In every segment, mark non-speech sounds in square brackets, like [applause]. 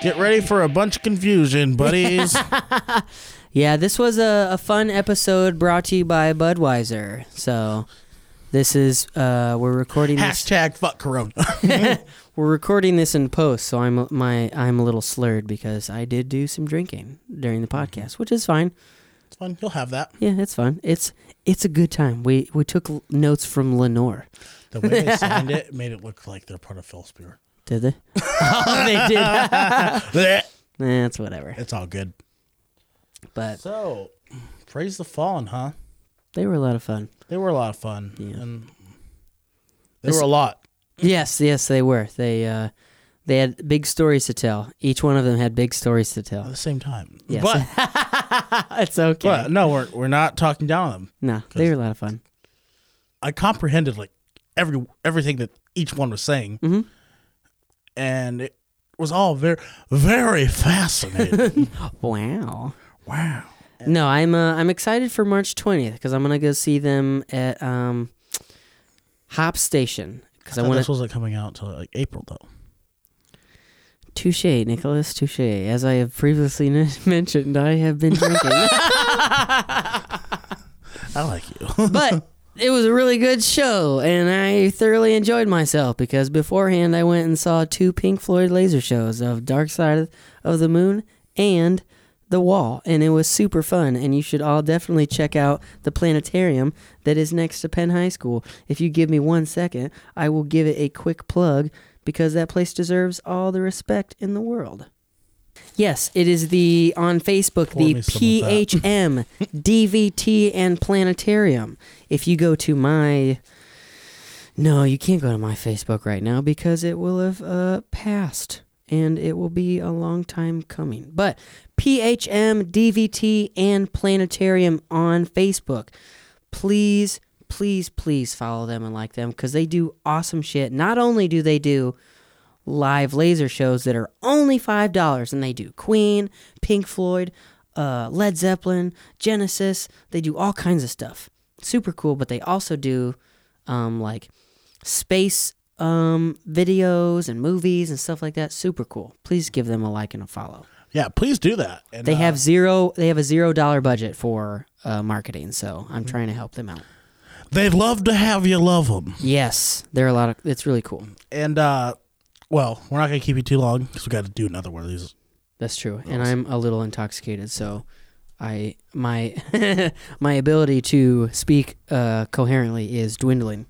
Get ready for a bunch of confusion, [laughs] buddies. Yeah, this was a, a fun episode brought to you by Budweiser. So this is uh we're recording this Hashtag fuck Corona. [laughs] we're recording this in post, so I'm my I'm a little slurred because I did do some drinking during the podcast, which is fine. It's fun. You'll have that. Yeah, it's fun. It's it's a good time. We we took l- notes from Lenore. The way they signed it made it look like they're part of Phil Spear. [laughs] Did they? [laughs] oh, they did. [laughs] Eh, Blech. That's whatever. it's all good. But So, praise the fallen, huh? they were a lot of fun. They were a lot of fun. Yeah. And they This- were a lot. Yes, yes, they were. They uh they had big stories to tell. Each one of them had big stories to at tell. [laughs] the same time. Yes. [laughs] But it's okay. but no, we're we're not talking down on them. No, they were a lot of fun. I comprehended like every everything that each one was saying, Mhm. and it was all very very [laughs] fascinating. Oh, Wow. wow. No, I'm uh, I'm excited for March 20th because I'm gonna go see them at um, Hop Station because I So want this to. wasn't coming out until like April though. Touche, Nicholas. Touche. As I have previously [laughs] n- mentioned, I have been drinking, I like you. [laughs] but it was a really good show, and I thoroughly enjoyed myself because beforehand I went and saw two Pink Floyd laser shows of Dark Side of the Moon and The Wall, and it was super fun. And you should all definitely check out the planetarium that is next to Penn High School. If you give me one second, I will give it a quick plug because that place deserves all the respect in the world. Yes, it is the on Facebook Pour the me some of that. [laughs] PHM DVT and Planetarium. If you go to my no, you can't go to my Facebook right now because it will have uh, passed and it will be a long time coming. But PHM, DVT, and Planetarium on Facebook. Please, please, please follow them and like them because they do awesome shit. Not only do they do live laser shows that are only $5 and they do Queen, Pink Floyd, uh, Led Zeppelin, Genesis, they do all kinds of stuff. Super cool, but they also do um, like space um, videos and movies and stuff like that. Super cool. Please give them a like and a follow. yeah, please do that. And, They uh, have zero. They have a zero dollar budget for uh, marketing, so I'm trying to help them out. They'd love to have you love them. Yes, there are a lot of. It's really cool. And uh, well, we're not gonna keep you too long because we got to do another one of these. That's true, and I'm a little intoxicated, so I my [laughs] my ability to speak uh, coherently is dwindling.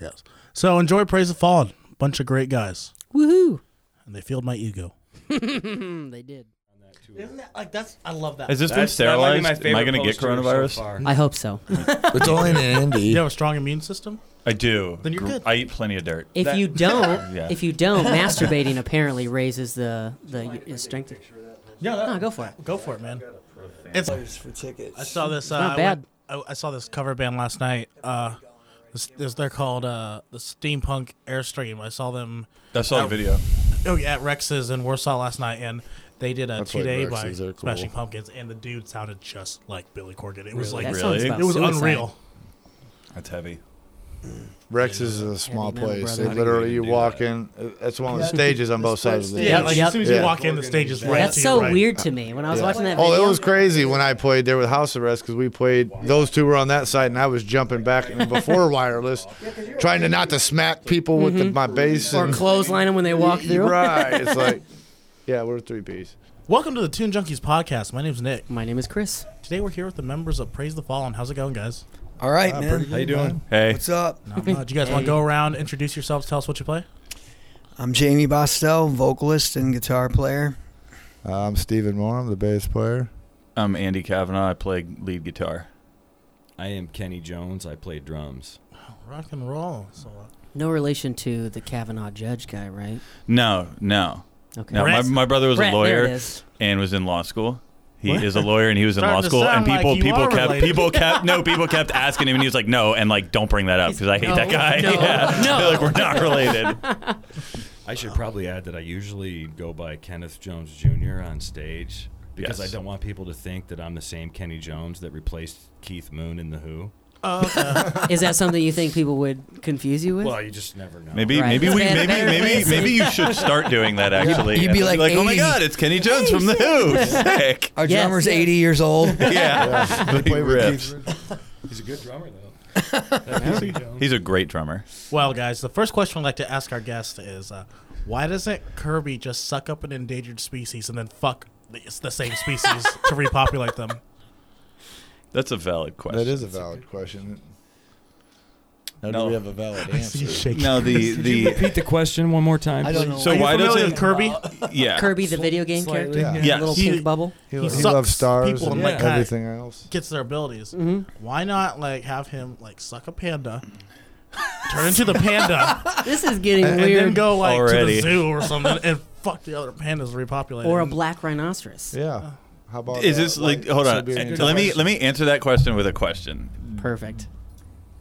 Yes. So enjoy Praise the Fallen. Bunch of great guys, [laughs] Woohoo! and they filled my ego. Mm, They did. Isn't that like that's? I love that. Is this been That's- that might be sterilized? my Am I favorite going to get poster so coronavirus? far. I hope so. It's only an Andy. you have a strong immune system? I do. Then you're Gr- good. I eat plenty of dirt. If That- you don't, Yeah. if you [laughs] don't, masturbating apparently raises the the y- strength. Yeah, No, go for it. Go for it, man. It's for tickets. I saw this. Uh, not I bad. went- I, I saw this cover band last night. Uh, this, this, they're called uh, the Steampunk Airstream. I saw them. I saw the video. Oh, yeah, at Rex's in Warsaw last night, and they did a That's two like day by Rex's, they're cool. Smashing Pumpkins, and the dude sounded just like Billy Corgan. It was like That Really? song's about it was suicide. unreal. That's heavy. Rex is a small Andy, man, place. brother. They How do you literally even you do walk that? in. That's one of the stages on both sides of the. Yeah, like Yep. as soon as you Yeah. walk in, the stage is right. That's to so your right. weird to me. When I was watching that Oh, video, it was crazy when I played there with House Arrest because we played. Those two were on that side, and I was jumping back and [laughs] before wireless, trying to not to smack people with the, my bass. Mm-hmm. or and- clothesline them when they walk through. [laughs] Right. [laughs] It's like, yeah, we're three piece. Welcome to the Tune Junkies podcast. My name's Nick. My name is Chris. Today we're here with the members of Praise the Fallen. How's it going, [laughs] guys? All right, man. How you doing? Hey. What's up? Not much. You guys want to go around, introduce yourselves, tell us what you play? I'm Jamie Bostel, vocalist and guitar player. I'm Stephen Moore. I'm the bass player. I'm Andy Kavanaugh. I play lead guitar. I am Kenny Jones. I play drums. Rock and roll. So, uh, No relation to the Kavanaugh judge guy, right? No, no. Okay. No, my, Brett. my brother was Brett, a there it lawyer is. and was in law school. He What? is a lawyer and he was in Starting law to school sound and like people you people are kept related. people kept no people kept asking him and he was like no and like don't bring that up because I hate No, that guy no, [laughs] yeah no. They're like we're not related I should probably add that I usually go by Kenneth Jones Jr. on stage because Yes. I don't want people to think that I'm the same Kenny Jones that replaced Keith Moon in The Who. Is that something you think people would confuse you with? Well, you just never know. Maybe Right. maybe we Better- maybe better maybe listen. maybe you should start doing that actually. You'd be And like oh my 80. god, it's Kenny Jones from the Who. Sick. Our Yes, drummer's yes. 80 years old. Yeah. They play with riffs. Keith- He's a good drummer though. That PC Jones. He's a great drummer. Well, guys, the first question I'd like to ask our guest is uh, why doesn't Kirby just suck up an endangered species and then fuck the, it's the same species [laughs] to repopulate them? That's a valid question. That is a valid question. Now, No. do we have a [laughs] valid answer? No, the the Repeat the question one more time. [laughs] I don't please. know. so Are you why familiar doesn't with Kirby? yeah Kirby, the video game character, Slightly, yeah. the Yes. little He- pink bubble. He, He he sucks loves stars people and and, like, like, everything else. Gets their abilities. Why not like have him like suck a panda, turn into the panda, This is getting and weird. then go like Already. to the zoo or something and fuck the other pandas repopulate. or a black rhinoceros. Yeah. How about is uh, this like white hold on Siberian let me Tiger? let me answer that question with a question Perfect.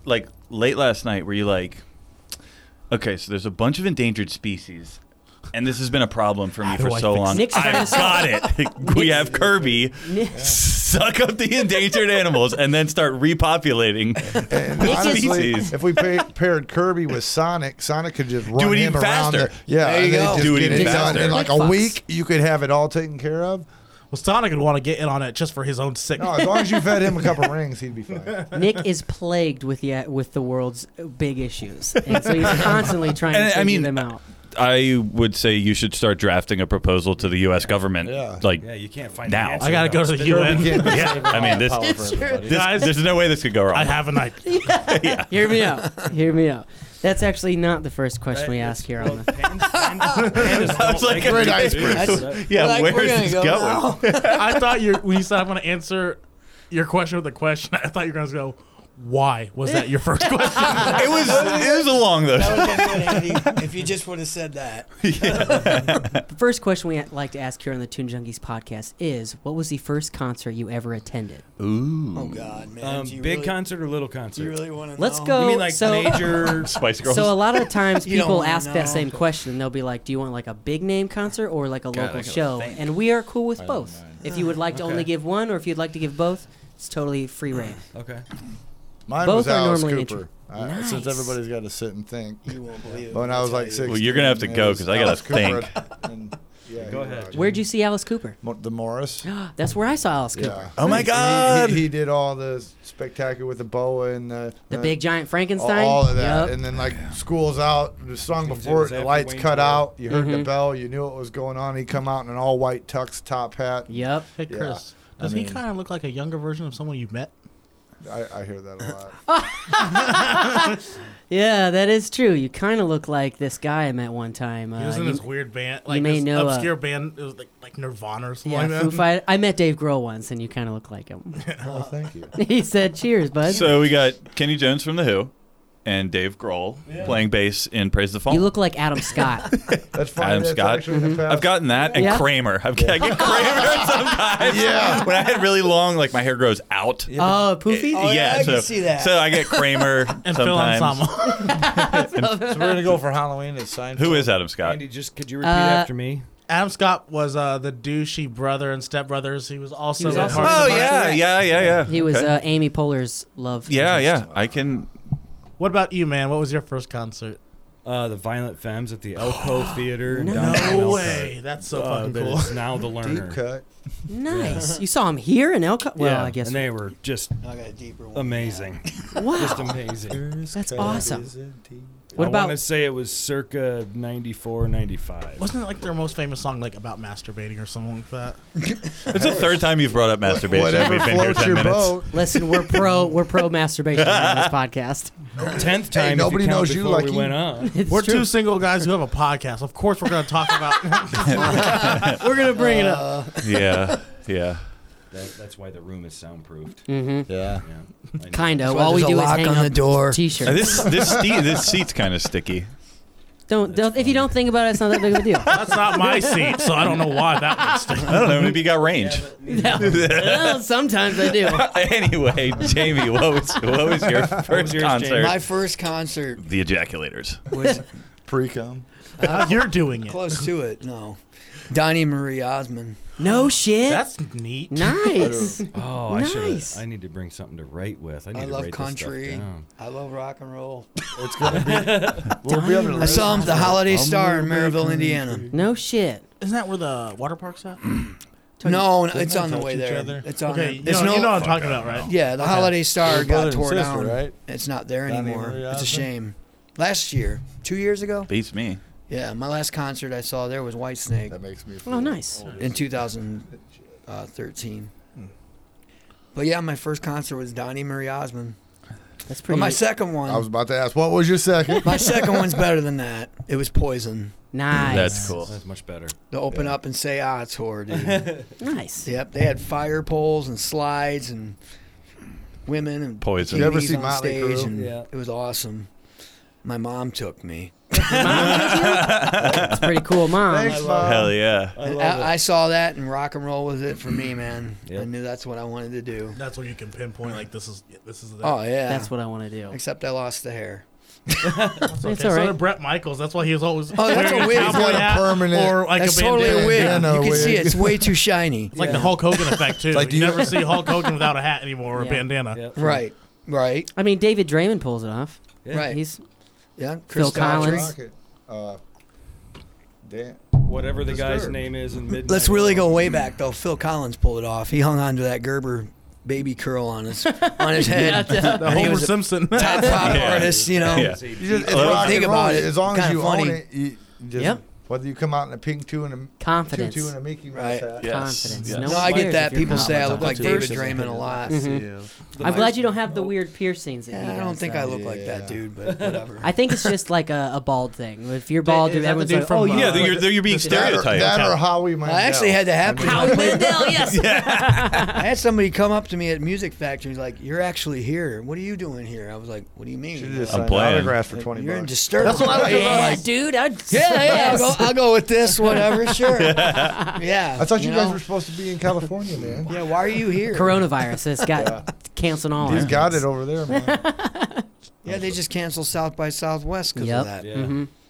like late last night were you like okay so there's a bunch of endangered species and this has been a problem for me do for I so fix long Nick's i've got it we have kirby suck up the endangered animals and then start repopulating And Nick is- honestly, Species. if we pay, paired Kirby with Sonic, Sonic could just run Do it him even around faster. there. Yeah, There you and they go. just Do it get even done. faster. In like Like a Fox. week, you could have it all taken care of. well, Sonic would want to get in on it just for his own sake. No, as long as you fed him [laughs] a couple rings, he'd be fine. Nick is plagued with the with the world's big issues, and so he's constantly trying And I to figure mean- them out. i would say you should start drafting a proposal to the us government Yeah. like Yeah, you can't find Now. The answer I gotta go to the UN. yeah i mean this, this Guys, there's no way this could go [laughs] wrong I have an idea. Hear me out. [laughs] Hear me out. That's actually not the first question we ask here [laughs] on the. [laughs] I was like, Great iceberg. yeah Like, we're where's gonna this go going [laughs] now. I thought you when you said I'm going to answer your question with a question. [laughs] I thought you were going to go. Why was that your first question? it was it was along those [laughs] if you just would have said that. The first question we like to ask here on the Toon Junkies podcast is, what was the first concert you ever attended? Oh God, man. Um, Do you big really, concert or little concert? Do you really want to? Let's know? go. you mean like so, major? Spice Girls. so a lot of times You don't people wanna ask that know. same question. They'll be like, "Do you want like a big name concert or like a local gotta show?" think. And we are cool with both. If you would like to only give one, or if you'd like to give both, it's totally free reign. okay. Mine Both was are Alice normally Cooper. I- Nice. Since everybody's got to sit and think. You won't believe it. When I was I'll like tell six. you. Well, you're gonna have to go 'cause I gotta think. yeah, Go he ahead. rocked. Where'd you see Alice Cooper? Mo- the [gasps] Morris? That's where I saw Alice Cooper. Oh my He- he- God. He, he did all the spectacular with the boa and the The Big Giant Frankenstein. All all of that, Yup. and then like school's out. The song Seems it before it, was the after lights Wayne's cut World. out. You heard Mm-hmm. the bell. You knew what was going on. He come out in an all white tux top hat. Yep. Hey Chris, I does he mean- kind of look like a younger version of someone you've met? I, I hear that a lot. [laughs] Yeah, that is true. You kind of look like this guy I met one time. Uh, He was in you- this weird band, like may this know, uh, obscure band, it was like, like Nirvana or something yeah, Foo like that. Fight- I met Dave Grohl once, and you kind of look like him. [laughs] oh, thank you. he said, "Cheers, bud." So we got Kenny Jones from The Who and Dave Grohl playing bass in Praise the Fall. you look like Adam Scott. That's fine. Adam That's Scott. actually in the Mm-hmm. past. I've gotten that and Yeah. Kramer. I've got I get Kramer sometimes. Yeah. When I had really long, like my hair grows out. Yeah. oh, poofy. Oh, yeah, I so, can see that. So I get Kramer And Phil sometimes. Anselmo. So we're gonna go for Halloween. It's Seinfeld. Who is Adam Scott? Andy, just could you repeat Uh, after me? Adam Scott was uh, the douchey brother and stepbrothers. He was also, was in also- Parks and Oh Rec. yeah, yeah, yeah, yeah. He was Okay. uh, Amy Poehler's love. yeah, interest. yeah. I can. What about you, man? What was your first concert? Uh, the Violent Femmes at the Elko Theater. in No downtown Elko. that's so Uh, fucking but cool. it's now the learner. Deep cut. Nice. You saw him here in Elko. Well, yeah, I guess. and they were just I got a deeper Um, one. amazing, just wow. amazing. That's [laughs] awesome. [laughs] What What I want to about? say it was circa 94, 95. Wasn't it like their most famous song, like about masturbating or something like that? It's the third time you've brought up masturbation. Whatever We've been here floats 10 your minutes. boat. Listen, we're pro. We're pro masturbation on this podcast. Tenth time. if you nobody count knows you, before we Lucky. went [laughs] on. It's we're true. two single guys who have a podcast. Of course, we're going to talk [laughs] about. [laughs] We're gonna bring it up. Yeah, yeah. That, that's why the room is soundproofed. Yeah. Yeah, I know. Kind of. That's why All we there's a do is lock hang on up the door. Uh, T-shirt. This this ste this seat's kind of sticky. Don't. don't if you don't think about it, it's not that big of a deal. That's not my seat, so I don't know why that one's sticking. I don't know. Maybe you got range. well, sometimes I do. [laughs] anyway, Jamie, what was what was your first yours, Jamie? concert? My first concert [laughs] the Ejaculators. was Pre cum. You're doing it. Close to it. No. Donnie Marie Osmond. No shit. That's neat. nice. Oh, I Nice. should. I need to bring something to write with. I need I to love write This country. stuff down. I love rock and roll. Dying. I saw him at the Holiday Star in Maryville, Indiana. No shit. Isn't that where the water park's at? No, it's on the touch way each there. other. It's on. okay, there. you It's know, you know no. what I'm talking about, right? Yeah, the Holiday Star brother got and tore sister, down. right? It's not there Donnie anymore. Marie It's a Osmond? shame. Last year, two years ago, Beats me. yeah, my last concert I saw there was Whitesnake That makes me. Feel Oh, nice. in 2013. But yeah, my first concert was Donnie Marie Osmond. That's pretty. But my second one, I was about to ask, what was your second? my second one's better than that. It was Poison. nice. That's cool. That's much better. The Open Up and Say Ah tour, dude. Nice. Yep, they had fire poles and slides and women and Poison. You ever TVs see on Motley stage, Crue? and Yeah. it was awesome. My mom took me. That's pretty cool, mom. Thanks, Mom. Hell yeah. And I, I saw that, and rock and roll was it for me, man. I Yep. knew that's what I wanted to do. That's where you can pinpoint like this is this is. The, Oh yeah, That's what I want to do. Except I lost the hair. That's It's okay. all So right. did Brett Michaels. That's why he was always. Oh, that's wearing a wig. He's cowboy got a hat permanent- Or like that's a totally bandana. a wig. bandana you can see wig. it's way too shiny. It's like the Hulk Hogan effect too. Like, do you, you- never see Hulk Hogan without a hat anymore or Yeah. a bandana. Right, right, I mean, David Draymond pulls it off. right. He's yeah, Phil Daughtry. Collins. Uh, Dan. Whatever the guy's Disturbed. name is [laughs] in midnight. Let's really go way back though. Phil Collins pulled it off. He hung on to that Gerber baby curl [laughs] on his on his head. [laughs] The he Homer was a Simpson. top pop Yeah. artist, you know. Yeah. You just, it's Well, rock think and about roll. it, As long as kinda you own funny. it, you you just, Yep. whether you come out in a pink tutu and a Confidence. tutu and a Mickey Mouse Right. hat. Yeah. Yes. confidence. Yes. No, No, one I cares get if that. you're People not say I like look like that. David Draymond a lot. Mm-hmm. Mm-hmm. I'm glad you don't have the weird piercings. That he I don't does, think though. I look like that, Yeah. dude. But whatever. [laughs] I think it's just like a, a bald thing. If you're bald, Is dude, that the everyone's dude like, from, "Oh, you uh, Yeah, you're, you're, you're being That or, stereotyped. that or Howie Mandel. I actually had that [laughs] happen. Howie Mandel, yes. [laughs] I had somebody come up to me at Music Factory. He's like, "You're actually here. What are you doing here?" I was like, "What do you mean?" Should've just I'm signed playing. autographs for twenty You're in bucks. disturbance. Yeah, dude. I'd yeah, yeah. I'll go, I'll go with this, whatever. Sure. Yeah. I thought you, guys know? were supposed to be in [laughs] California, man. Yeah. Why are you here? Coronavirus has got canceling all He's our. got it over [laughs] there, man. Yeah, they just canceled South by Southwest because Yep. of that. Yeah.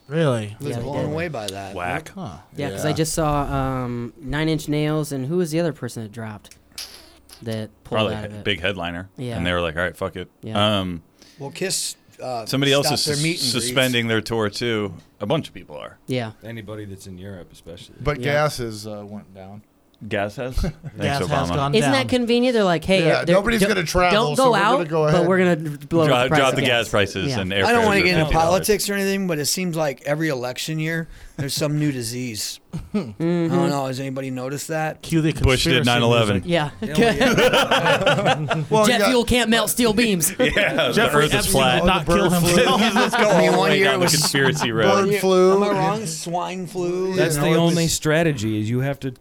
Really? I was Yeah, they blown did. away by that. Whack. Huh. Yeah, because I just saw um, Nine Inch Nails, and who was the other person that dropped? That pulled Probably out of a it. big headliner. Yeah. And they were like, all right, fuck it. Yeah. Um, Well, Kiss. Uh, somebody else stopped is their sus- meet and greets. suspending their tour too. A bunch of people are. Yeah. Anybody that's in Europe, especially. But Yeah. gases uh, went down. Gas has? Thanks, Gas Obama. has gone Isn't down. that convenient? They're like, hey, Yeah, they're- nobody's don't- gonna Don't travel, go so we're out, gonna go but ahead. we're gonna blow up Drop, the price drop of the gas prices Yeah. and airfares. I don't want are to get into $50. politics or anything, but it seems like every election year there's some new disease. I don't know. Has anybody noticed that? Cue the Bush did conspiracy music. 9/11. [laughs] Yeah. Well, Jet Oh, yeah, fuel can't melt steel beams. [laughs] Yeah, the Jeffrey earth Epstein is flat. did not kill himself. Let's [laughs] go I mean, all one the way year down it the was conspiracy bird road. flu. Am I wrong? Swine flu. Yeah. [laughs] That's You the know, it only was- strategy is you have to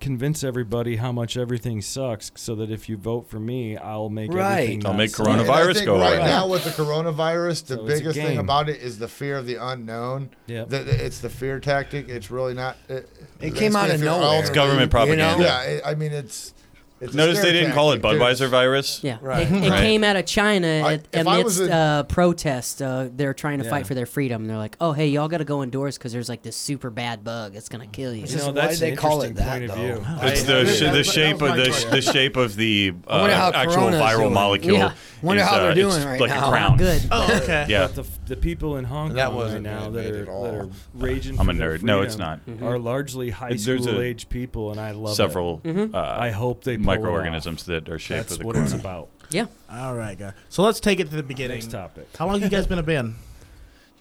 convince everybody how much everything sucks, so that if you vote for me, I'll make Right. everything. I'll not make suck. And I Coronavirus think go right away. now with the coronavirus. The So it's a biggest thing game. about it is the fear of the unknown. Yep. The- the- it's the fear tactic. It's really not. It, It came out of if you're nowhere. elderly- Government propaganda. Yeah, it, I mean it's. it's a Notice scare they didn't call it tactic, too. Budweiser virus. Yeah, Right. it, it Right. came out of China I- at, if I was amidst a- uh, protest. Uh, they're trying to Yeah. fight for their freedom. They're like, "Oh, hey, y'all got to go indoors because there's like this super bad bug. It's gonna kill you." You know, Why that's did an they call it interesting that, point of though? view. I- It's I- the, sh- that- the that shape was of the, my sh- question. the shape of the I wonder uh, how actual Corona's viral doing. molecule. Yeah. Wonder is, how they're uh, doing it's right like now. a crown. Good. [laughs] Oh, okay. Yeah. But the, the people in Hong Kong That wasn't right now that animated are, at all. Mm-hmm. that are raging. I'm for a their nerd. No, it's freedom not. Are largely high There's a- school age people, and I love Several It. uh, I hope they pull it off. microorganisms that are shaped That's with the what it's corona. about. Yeah, All right, guys. So let's take it to the beginning. Next topic. How long you guys been a [laughs] band?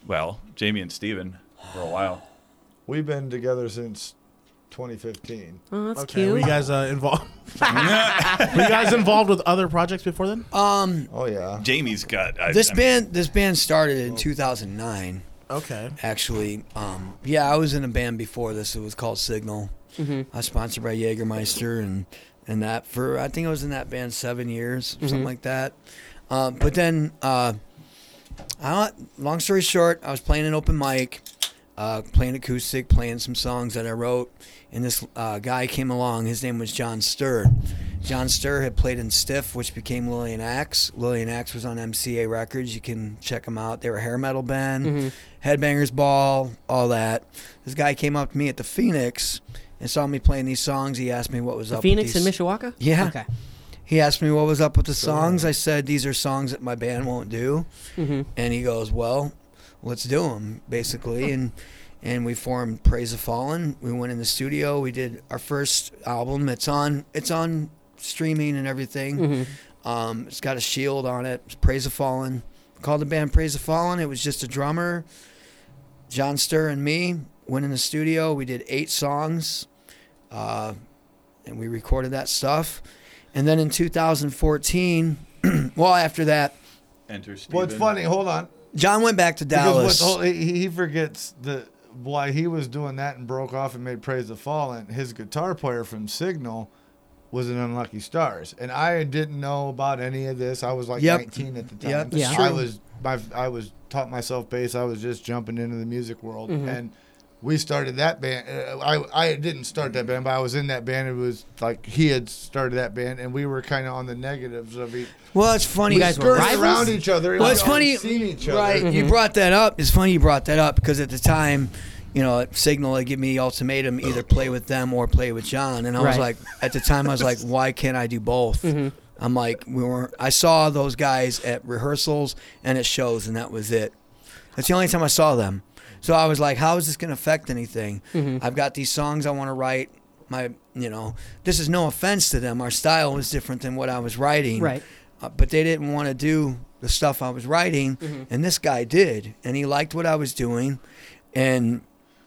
Well, Jamie and Steven for a while. We've been together since 2015. Hmm. oh, that's Okay. Were cute. you guys uh, [laughs] involved? were you guys involved with other projects before then? Um, Oh yeah. Jamie's got I, this I mean, band this band started in 2009. Okay. Actually, um, yeah, I was in a band before this. It was called Signal. I was sponsored by Jägermeister and and that for I think I was in that band seven years, something like that. Um, but then, uh, I don't- long story short, I was playing an open mic, uh, playing acoustic, playing some songs that I wrote. And this uh, guy came along. His name was John Sturr. John Sturr had played in Stiff, which became Lillian Axe. Lillian Axe was on MCA Records. You can check them out. They were a hair metal band, Mm-hmm. Headbangers Ball, all that. This guy came up to me at the Phoenix and saw me playing these songs. He asked me what was The up. Phoenix with and these. Mishawaka? Yeah. Okay. He asked me what was up with the songs. I said these are songs that my band won't do, Mm-hmm. and he goes, "Well, let's do them," basically. And and we formed Praise the Fallen. We went in the studio. We did our first album. It's on. It's on streaming and everything. Um, it's got a shield on it. It's Praise the Fallen. Called the band Praise the Fallen. It was just a drummer, John Sturr, and me. Went in the studio. We did eight songs uh, and we recorded that stuff. And then in 2014, [clears throat] well, after that, Enter Steven. Well, it's funny. Hold on. John went back to Dallas. Because what's, hold- he, he forgets the why he was doing that and broke off and made Praise the Fallen. His guitar player from Signal was in Unlucky Stars, and I didn't know about any of this. I was like Yep. 19 at the time. Yep, that's I true. was my I was taught myself bass. I was just jumping into the music world, Mm-hmm. and we started that band. uh, I I didn't start that band, but I was in that band. It was like he had started that band, and we were kind of on the negatives of each. well, it's funny. You guys were skirted rivals? around each other. and Well, we it's all funny, seen each other. Mm-hmm. right? You brought that up. It's funny you brought that up because at the time, you know, at Signal they give me the ultimatum: either Oh. play with them or play with John. And I was Right. like, at the time, I was like, why can't I do both? Mm-hmm. I'm like, we weren't. I saw those guys at rehearsals and at shows, and that was it. That's the only time I saw them. So I was like, how is this going to affect anything? Mm-hmm. I've got these songs I want to write. My, you know, this is no offense to them. Our style was different than what I was writing. Right. Uh, but they didn't want to do the stuff I was writing, Mm-hmm. and this guy did, and he liked what I was doing, and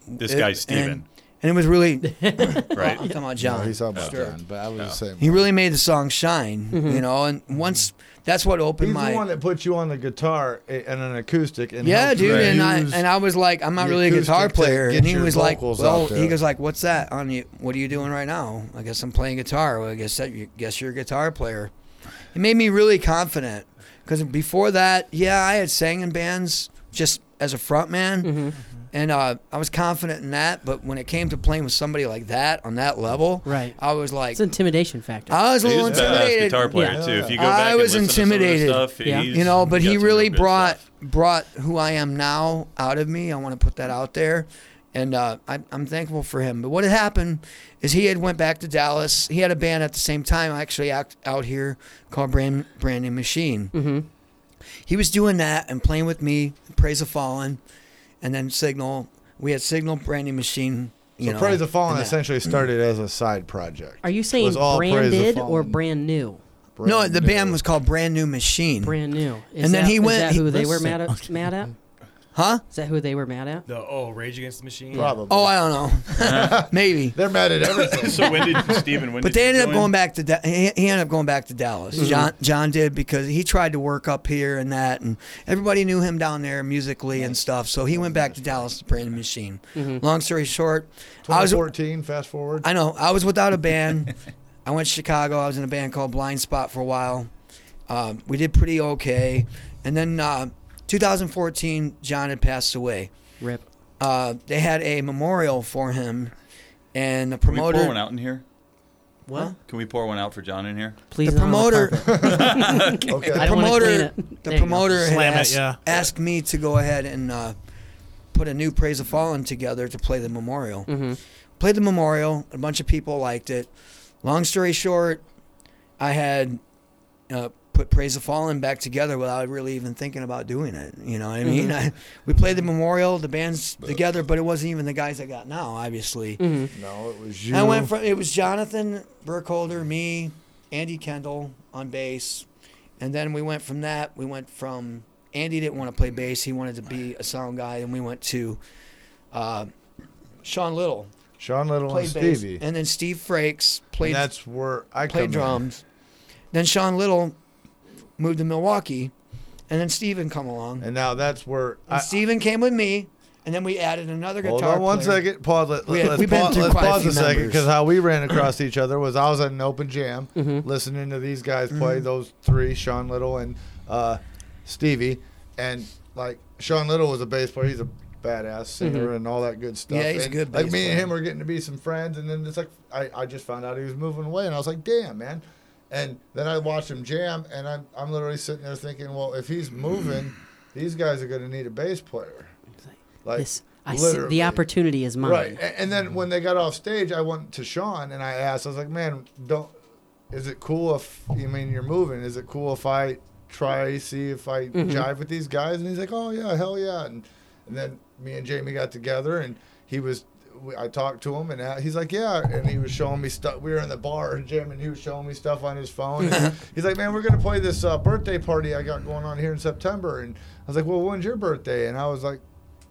This it- guy and- Steven, and it was really [laughs] right? I'm talking about No, John. he's talking about Sure. John, but I was the same. He really made the song shine, you know. And once that's what opened Mm-hmm. He's my the one that put you on the guitar a- and an acoustic. And yeah, helped dude. you And I use- and I was like, I'm not the really a guitar acoustic to player. get And he your was like, vocals well, out there. he goes like, what's that on you? What are you doing right now? I guess I'm playing guitar. Well, I guess that you guess you're a guitar player. It made me really confident because before that, yeah, I had sang in bands just as a front man, Mm-hmm. and uh, I was confident in that. But when it came to playing with somebody like that on that level, Right. I was like, It's intimidation factor. I was a He's little a badass intimidated. guitar player Yeah. too. If you go I back, was and listen to some of his intimidated. Stuff, Yeah. he's you know got but he some really real good brought stuff. brought who i am now out of me i want to put that out there and uh, I, i'm thankful for him but what had happened is he had went back to dallas he had a band at the same time actually act, out here called brand brand new machine mm-hmm. he was doing that and playing with me praise the fallen and then signal we had signal brand new machine you So know Praise the Fallen and that. essentially started as a side project. Are you It saying was all Praise the branded or Fallen. brand new? Brand no the new. band was called brand new machine Brand new. Is And then that- he is went- that he- who they were listen. mad at? Mad at? huh Is that who they were mad at? The oh, Rage Against the Machine. probably. oh i don't [laughs] know maybe they're mad at everything. So when did Steven? When But did they you ended up join? going back to da- he he ended up going back to Dallas. John John did because he tried to work up here and that, and everybody knew him down there musically and stuff. So he went back to Dallas to Brand New Machine. Long story short, [laughs] I was [laughs] 2014. Fast forward. I know I was without a band. I went to Chicago. I was in a band called Blind Spot for a while. Um, we did pretty okay, and then uh, 2014, John had passed away. Rip. Uh, they had a memorial for him, and the Can we pour promoter. one out in here? What? Can we pour one out for John in here? Please. not the on promoter. carpet. okay. I the don't wanna promoter, clean it. There the you go. promoter had Slam it, asked, yeah. asked me to go ahead and uh, put a new Praise the Fallen together to play the memorial. Mm. Mm-hmm. Played the memorial. A bunch of people liked it. Long story short, I had uh, put Praise the Fallen back together without really even thinking about doing it. You know what I mean? Mm-hmm. I, [laughs] we played the memorial, the band's together, but it wasn't even the guys I got now, obviously. no, it was you. I went from it was Jonathan Burkholder, me, Andy Kendall on bass, and then we went from that. We went from Andy didn't want to play bass; he wanted to be a sound guy, and we went to uh, Sean Little Sean Little and played bass, Stevie. and then Steve Frakes And played that's where I played come drums. Then Sean Little moved to Milwaukee, and then Steven come along. In. And, And now that's where I, Steven came with me, and then we added another Hold guitar. on one player. second, Paul. Let, We- us we've been pause, through let's quite a pause few a second members. because how we ran across each other was I was at an open jam Mm-hmm. listening to these guys play those three, Sean Little and uh, Stevie, and like Sean Little was a bass player. He's a badass singer and all that good stuff. Mm-hmm. Yeah, he's a And, good Like bass me and him player. are getting to be some friends, and then it's like I, I just found out he was moving away, and I was like, damn, man. And then I watched him jam, and I'm I'm literally sitting there thinking, well, if he's moving, these guys are going to need a bass player. Like this, I see, literally. the opportunity is mine. Right. A- And then when they got off stage, I went to Sean and I asked, I was like, man, don't, is it cool if, you mean, you're moving? Is it cool if I try, see if I jive with these guys? And he's like, oh, yeah, hell yeah. And, and then me and Jamie got together and he was, we- I talked to him and a- he's like, yeah. And he was showing me stuff. We were in the bar, Jim, and he was showing me stuff on his phone. And he's like, man, we're going to play this uh, birthday party I got going on here in September. And I was like, well, when's your birthday? And I was like,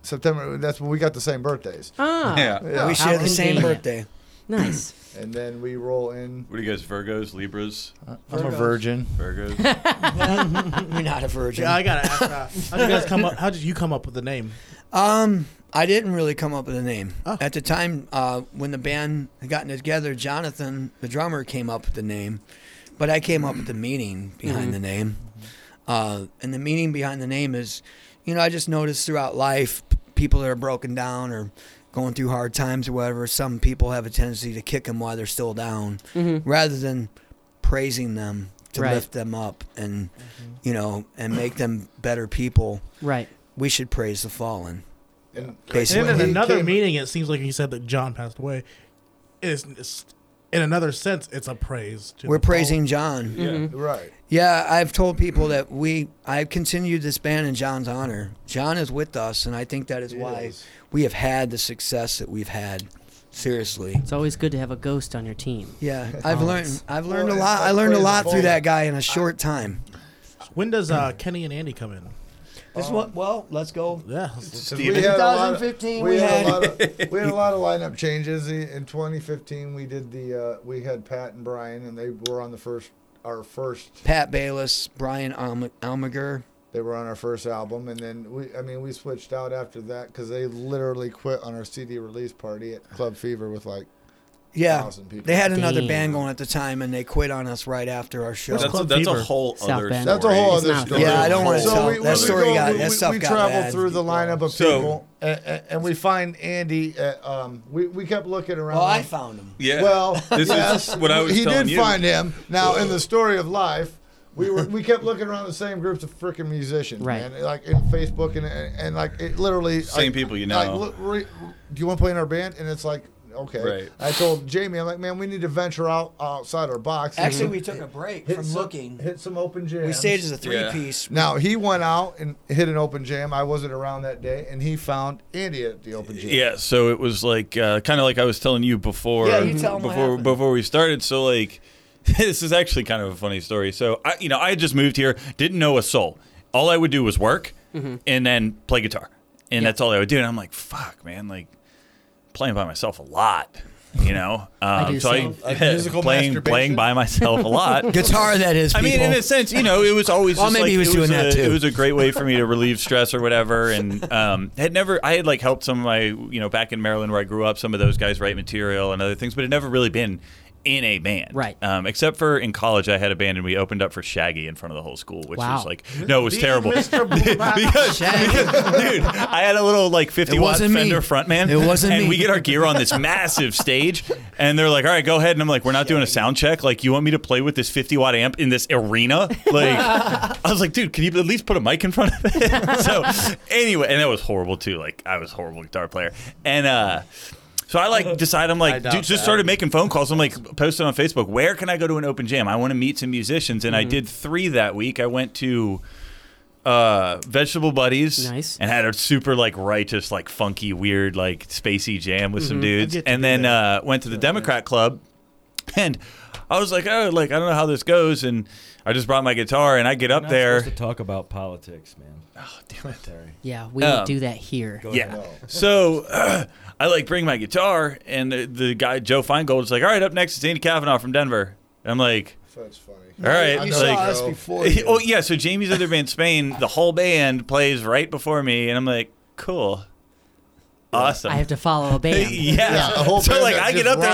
September, that's when we got the same birthdays. Ah, Yeah. Yeah. we How share the same convenient. birthday. nice. And then we roll in. What are you guys, Virgos, Libras, I'm a virgin. Virgos? You're not a virgin. Yeah, I gotta ask. Uh, [laughs] how did you guys come up? How did you come up with the name? Um, I didn't really come up with a name Oh. at the time. Uh, when the band had gotten together, Jonathan, the drummer, came up with the name, but I came up with the meaning behind the name. Uh, and the meaning behind the name is, you know, I just noticed throughout life, p- people that are broken down or going through hard times or whatever, some people have a tendency to kick them while they're still down, rather than praising them to Right. lift them up and, you know, and make them better people. Right. We should praise the fallen. And And Basically. then in He another came- meaning, it seems like you said that John passed away. Is is- in another sense, it's a praise. To We're the fallen. praising John. Yeah. right. I've told people that we I've continued this band in John's honor. John is with us, and I think that is He why is. we have had the success that we've had. Seriously. It's always good to have a ghost on your team. [laughs] Yeah, I've learned I've learned a it's lot. like I learned a praise the lot through Lord. that guy in a short time. When does uh, Kenny and Andy come in? This what well, let's go. Yeah, We had a lot of- 2015 we we had a had- lot of we had a lot of lineup changes in 2015. We did the uh, we had Pat and Brian, and they were on the first our first Pat Bayless, Brian Alm- Almager. they were on our first album, and then we I mean we switched out after that because they literally quit on our CD release party at Club Fever with like Yeah, 1,000 people. they had another Damn. band going at the time, and they quit on us right after our show. That's, a, Club that's a Fever. whole South other Bend. story. That's a whole other It's not story. Yeah, I don't wanna So tell- we- that we story go- got- we- that we- stuff We got traveled bad. through the lineup of So- people, and, and, and we find Andy. At, um, we we kept looking around. oh, I found him. Yeah. Well, This is yes, what I was he telling did you. find him. Now, in the story of life, we were we kept looking around the same groups of freaking musicians, Right. man. Like in Facebook and and, and, like it literally Same like- people you Like, know. look, re, do you want to play in our band? And it's like. Okay. Right. I told Jamie, I'm like, man, we need to venture out outside our box. and Mm-hmm. Actually, we took a break hit from some- looking. hit some open jams. We staged as a three Yeah. piece. Now he went out and hit an open jam. I wasn't around that day, and he found Andy at the open jam. Yeah, so it was like uh, kind of like I was telling you before Yeah, you tell 'em what before happened. before we started. So like [laughs] this is actually kind of a funny story. So I you know, I had just moved here, didn't know a soul. All I would do was work Mm-hmm. and then play guitar. And that's all I would do and I'm like, fuck, man, like playing by myself a lot, you know. Um, do so some, I uh, [laughs] musical playing playing masturbation? by myself a [laughs] lot. Guitar that is. I mean, in a sense, you know, it was always. [laughs] Well, just maybe like- he was it doing that a- too. It was a great way for me [laughs] to relieve stress or whatever, and um, had never. I had like helped some of my, you know, back in Maryland where I grew up, some of those guys write material and other things, but it never really been in a band, Right. Um, except for in college, I had a band and we opened up for Shaggy in front of the whole school, which Wow. was like, no, it was terrible. Mr. Oh, Black- because, because, dude, I had a little like 50 It watt wasn't me. Fender frontman. It wasn't and me. we get our gear on this massive stage, and they're like, "All right, go ahead." And I'm like, "We're not doing a sound check. Like, you want me to play with this 50 watt amp in this arena?" Like, I was like, "Dude, can you at least put a mic in front of it?" [laughs] so, anyway, and that was horrible too. Like, I was a horrible guitar player, and uh. So I like decide [laughs] I'm like doubt dude just that. started making phone calls I'm like posting on Facebook where can I go to an open jam I want to meet some musicians and Mm-hmm. I did 3 that week I went to uh, Vegetable Buddies. Nice. And had a super like righteous, like funky, weird, like spacey jam with some dudes. Mm-hmm. get to And do then uh, that. went to the Democrat Club. And I was like, oh, like I don't know how this goes. And I just brought my guitar and I get up Not there. supposed to talk about politics, man. Oh damn it, Terry. Yeah, we Um, do that here. Yeah. So [clears throat] I like bring my guitar, and the, the guy Joe Feingold is like, "All right, up next is Andy Kavanaugh from Denver." And I'm like, [laughs] That's funny. "All right." I You know saw like, us [laughs] Joe. before. He- you. oh yeah, so Jamie's other band, Spain, the whole band plays right before me, and I'm like, cool. awesome. [laughs] I have to follow a yeah. band. Yeah, a whole so band like that I get just up there,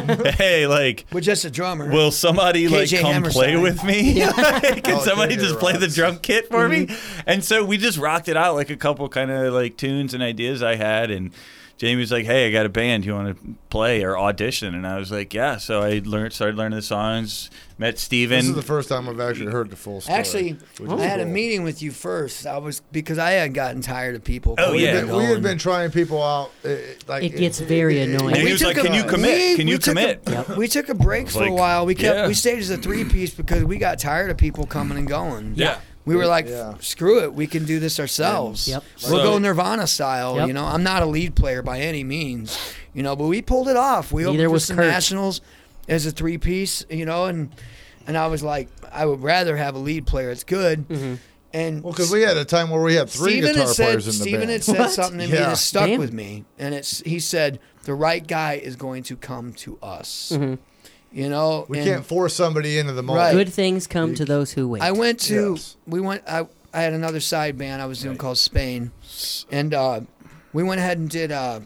I'm rocks. like, hey, like, But just a drummer. will somebody like KJ come play Hammerstein. with me? [laughs] Like, Can Oh, somebody KJ just play the rocks. drum kit for me? And so we just rocked it out like a couple kind of like tunes and ideas I had, and Jamie was like, hey, I got a band. You want to play or audition? And I was like, yeah. So I learned, started learning the songs, met Steven. This is the first time I've actually heard the full story. Actually, which is I had a cool. meeting with you first. I was because I had gotten tired of people. Oh, We calling yeah. me had, been, we going. had been trying people out. uh, like It gets very annoying. and we he was took like, a- can you commit? we- Can you we took a- commit? We took a break for like, a while. We kept yeah. we stayed as a three piece because we got tired of people coming and going. Yeah. We were like, Yeah. screw it, we can do this ourselves. Yep. We'll So- go Nirvana style. Yep. You know, I'm not a lead player by any means. You know, but we pulled it off. We Neither opened for was some Kurt. nationals as a three piece. You know, and and I was like, I would rather have a lead player. It's good. Mm-hmm. And Well, because we had a time where we had three Steven guitar had said, players in the Steven band. had said What? something and Yeah. it just stuck Damn. with me. And it's he said, the right guy is going to come to us. Mm-hmm. You know, we and can't force somebody into the moment. Right. Good things come to those who wait. I went to Yes. we went. I I had another side band I was doing called Spain, and uh, we went ahead and did uh,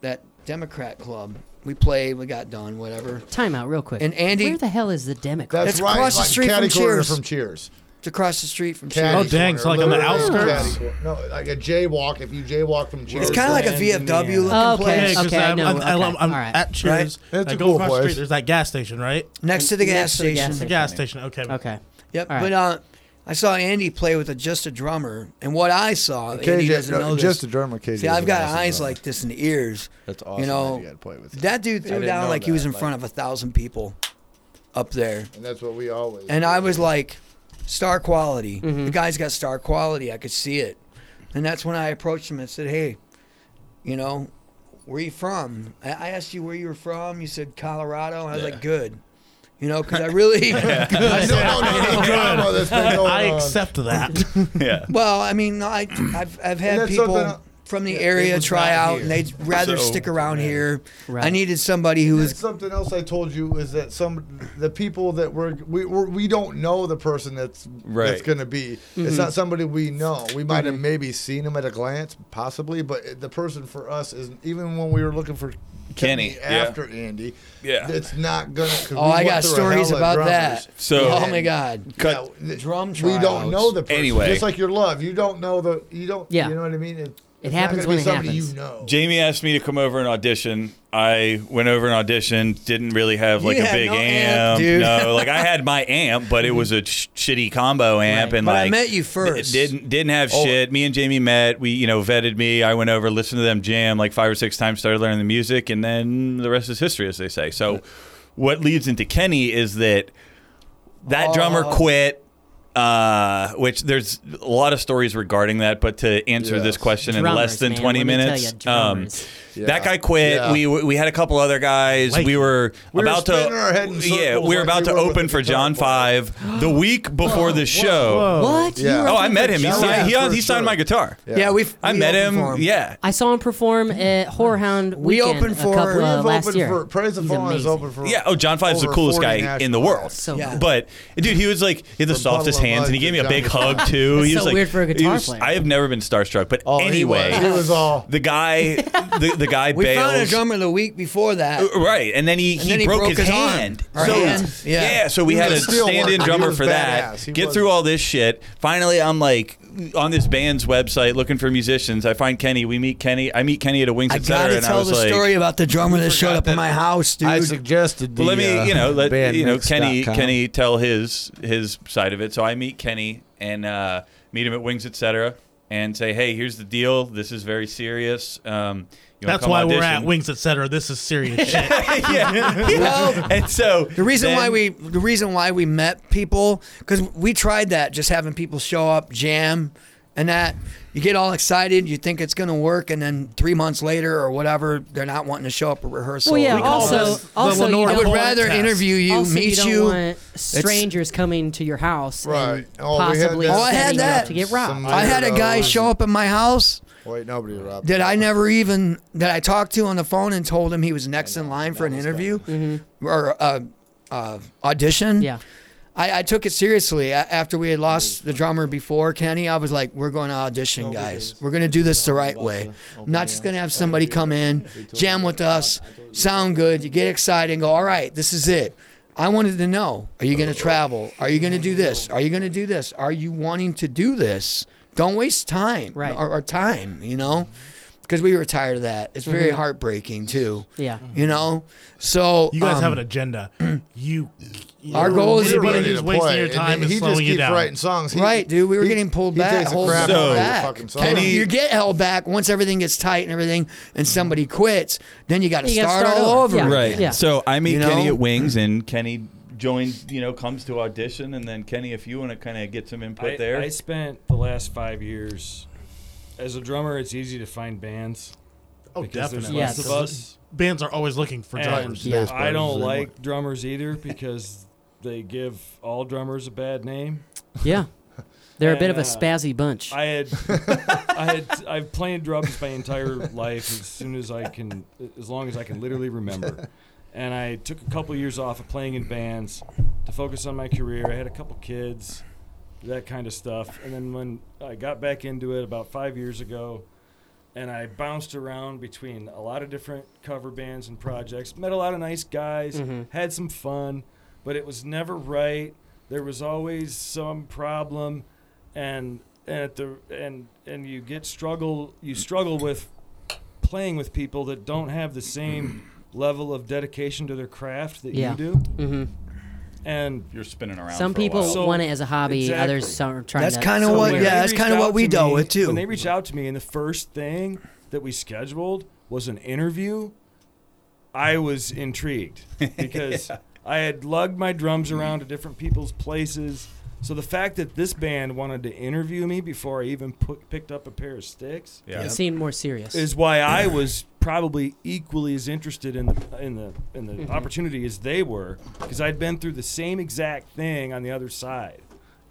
that Democrat Club. We played. We got done. Whatever. Time out real quick. And Andy- where the hell is the Democrat? That's It's right. across the like street Caddy from corner Cheers. from Cheers. It's across the street from. Caddy Cheers. Oh, dang, it's corner, like on the literally outskirts. Caddy corner. No, like a jaywalk. If you jaywalk from Cheers, It's kind of like a Roseland, VFW looking Indiana. Okay. place Yeah, 'cause okay, I I'm, know, I'm- I'm- okay, I'm all right. at Cheers. That's I a go cool across the place. street. There's that gas station, right? next to the gas Next to the gas station. The station. gas station. Okay. Okay. Yep. All right. But uh, I saw Andy play with a, just a drummer, and what I saw, Andy KJ, doesn't no, know this. just a drummer. KJ. See, is I've got awesome eyes drummer. like this and ears. That's awesome. You know, that, you gotta play with That dude threw didn't down know like he was that, in like- front of a thousand people up there. and that's what we always. And I do. [laughs] was like, star quality. Mm-hmm. The guy's got star quality. I could see it. And that's when I approached him and said, hey, you know, where you from? I- I asked you where you were from. You said Colorado. And I was like, good. You know, because I [laughs] really, I don't know the drama that's been going I on. accept [laughs] that. [laughs] yeah. [laughs] well, I mean, I, I've, I've had that's people something- from the yeah, it area was try not out, here. and they'd rather So- stick around here. I Right. needed somebody who was That's something else I told you is that some the people that we're we we're, we don't know the person that's Right. that's going to be. It's not somebody we know. We might have maybe seen him at a glance, possibly, but it- the person for us is even when we were looking for Kenny, Kenny yeah. after Andy. Yeah. it's not gonna. 'cause we Oh, I went got through a stories hell of about drummers. that. So- oh my god, Cut. Yeah, th- Drum We tryouts. don't know the person. Anyway. just like your love, you don't know the you don't. Yeah. you know what I mean. It, it's not happens gonna when be it somebody happens. You know. Jamie asked me to come over and audition. I went over and auditioned. Didn't really have like You a had big no amp, amp. dude. no, like I had my amp, but it was a sh- shitty combo amp, Right. and but like I met you d- first. Oh. didn't didn't have shit. Me and Jamie met. We you know vetted me. I went over, listened to them jam like five or six times, started learning the music, and then the rest is history, as they say. So, what leads into Kenny is that that drummer quit. Uh, which there's a lot of stories regarding that, but to answer this Yes. question in Drummers, less than man, 20 let me tell minutes, ya, um, drummers. Yeah. that guy quit. Yeah. We we had a couple other guys. Wait. We were We were about to spinning our head in yeah. circles We were like about we to were with open the for John guitar [gasps] Five the week before the show. What? You Yeah. were Oh, I with met the him. He John- Yeah, signed. for he, he signed sure. my guitar. yeah, we. I met him. Yeah. I saw him perform at Whorehound We Weekend opened for- a couple we uh, [laughs] We've last opened year. For, Praise the He's Fallen is amazing. open for Yeah. Oh, John Five's the over coolest 40 guy in national the world. acts. So Yeah. good. But dude, he was like he had the softest Buffalo hands, and he Buds gave me a and big Johnny- hug too. he so was like, weird for a he guitar was- player. I have never been starstruck, but Oh, he was- anyway, he was all- the guy. The, the guy We bails. found a drummer the week before that. Uh, Right, and then he, he, then he broke, broke his, his arm. hand. Or So hand. yeah. Yeah. so we He had a was a steel stand-in worker. He drummer was for that. badass. He Get was- through all this shit. Finally, I'm like on this band's website looking for musicians. I find Kenny. We meet Kenny. I meet Kenny at a Wings I Etc. gotta And I tell was the like, story about the drummer that showed up at my house, dude. I suggested. The, well, let me uh, you know let you know bandmix.com. Kenny Kenny tell his his side of it. So I meet Kenny and uh, meet him at Wings Etc. And say, hey, here's the deal. This is very serious. Um, you wanna That's come why we're audition?" at Wings, etc. This is [laughs] serious shit. [laughs] yeah. yeah. And so the reason why then- we the reason why we met people because we tried that just having people show up jam and that you get all excited you think it's gonna work and then three months later or whatever they're not wanting to show up at rehearsal well, yeah. We call Also, this the also, you Lenore I would Well, don't- rather test. interview you also, meet you you, don't want strangers coming to your house Right. and Oh, we had possibly that. Oh, I setting had you up that. to get robbed. Some- I had a guy Weirdos. show up at my house Wait, nobody robbed. that I never even that I talked to on the phone and told him he was next in line for an interview or uh, uh, audition. yeah. I, I took it seriously A- after we had lost the drummer before Kenny. I was like, "We're going to audition, guys. We're going to do this the right way. I'm not just going to have somebody come in, jam with us, sound good. You get excited and go, all right, this is it." I wanted to know: Are you going to travel? Are you going to do this? Are you going to do this? Are you wanting to do this? Don't waste time Right. or, or time, you know, Mm-hmm. because we were tired of that. It's very heartbreaking too, Yeah. you know. So You guys um, have an agenda. [clears throat] You. Our Oh, goal is to be- everybody ready who's to wasting play, your and time he is just slowing keeps you down. writing songs. He- Right, dude. We were he- getting pulled he back. takes the hold crap So- out of back. the fucking song. Kenny- you get held back once everything gets tight and everything, and somebody quits. Then you got to You gotta start, start all over. over. Yeah. Right. again. Yeah. So I meet You Kenny know? at Wings, and Kenny joins. You know, comes to audition, and then Kenny, if you want to kind of get some input I, there, I spent the last five years as a drummer. It's easy to find bands Oh, because there's definitely. less Yes. of us. Bands are always looking for And drummers. Yeah. Bass I players don't anymore. like drummers either because they give all drummers a bad name. Yeah. They're a bit of And, a uh, spazzy bunch. I had, [laughs] I had, I've played drums my entire life as soon as I can, as long as I can literally remember. And I took a couple years off of playing in bands to focus on my career. I had a couple kids, that kind of stuff. And then when I got back into it about five years ago, and I bounced around between a lot of different cover bands and projects, met a lot of nice guys, had some fun, but it was never right. There was always some problem, and and at the and and you get struggle you struggle with playing with people that don't have the same level of dedication to their craft that Yeah. you do, hmm and you're spinning around. Some for a people while. So- want it as a hobby. Exactly. Others some are trying That's to. kinda You know what? when Yeah, they that's reached kinda out what we to dealt me- with, too. When they reached out to me, and the first thing that we scheduled was an interview, I [laughs] was intrigued because I had lugged my drums around to different people's places. So the fact that this band wanted to interview me before I even put, picked up a pair of sticks Yeah. It seemed more serious. is why I was probably equally as interested in the in the in the Mm-hmm. opportunity as they were because I'd been through the same exact thing on the other side,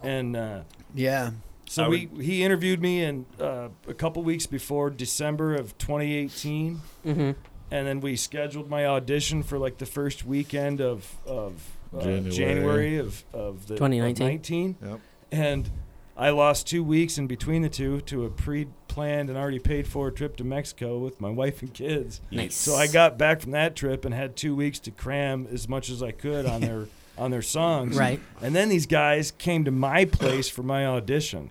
and. Uh, Yeah. I so we, he interviewed me in uh, a couple weeks before December of 2018, hmm and then we scheduled my audition for like the first weekend of of uh, January. January. of of the of 2019. 19. Yep. and I lost two weeks in between the two to a pre-planned and already paid-for trip to Mexico with my [laughs] wife and kids. Nice. So I got back from that trip and had two weeks to cram as much as I could [laughs] on their on their songs. Right. And then these guys came to my place for my audition,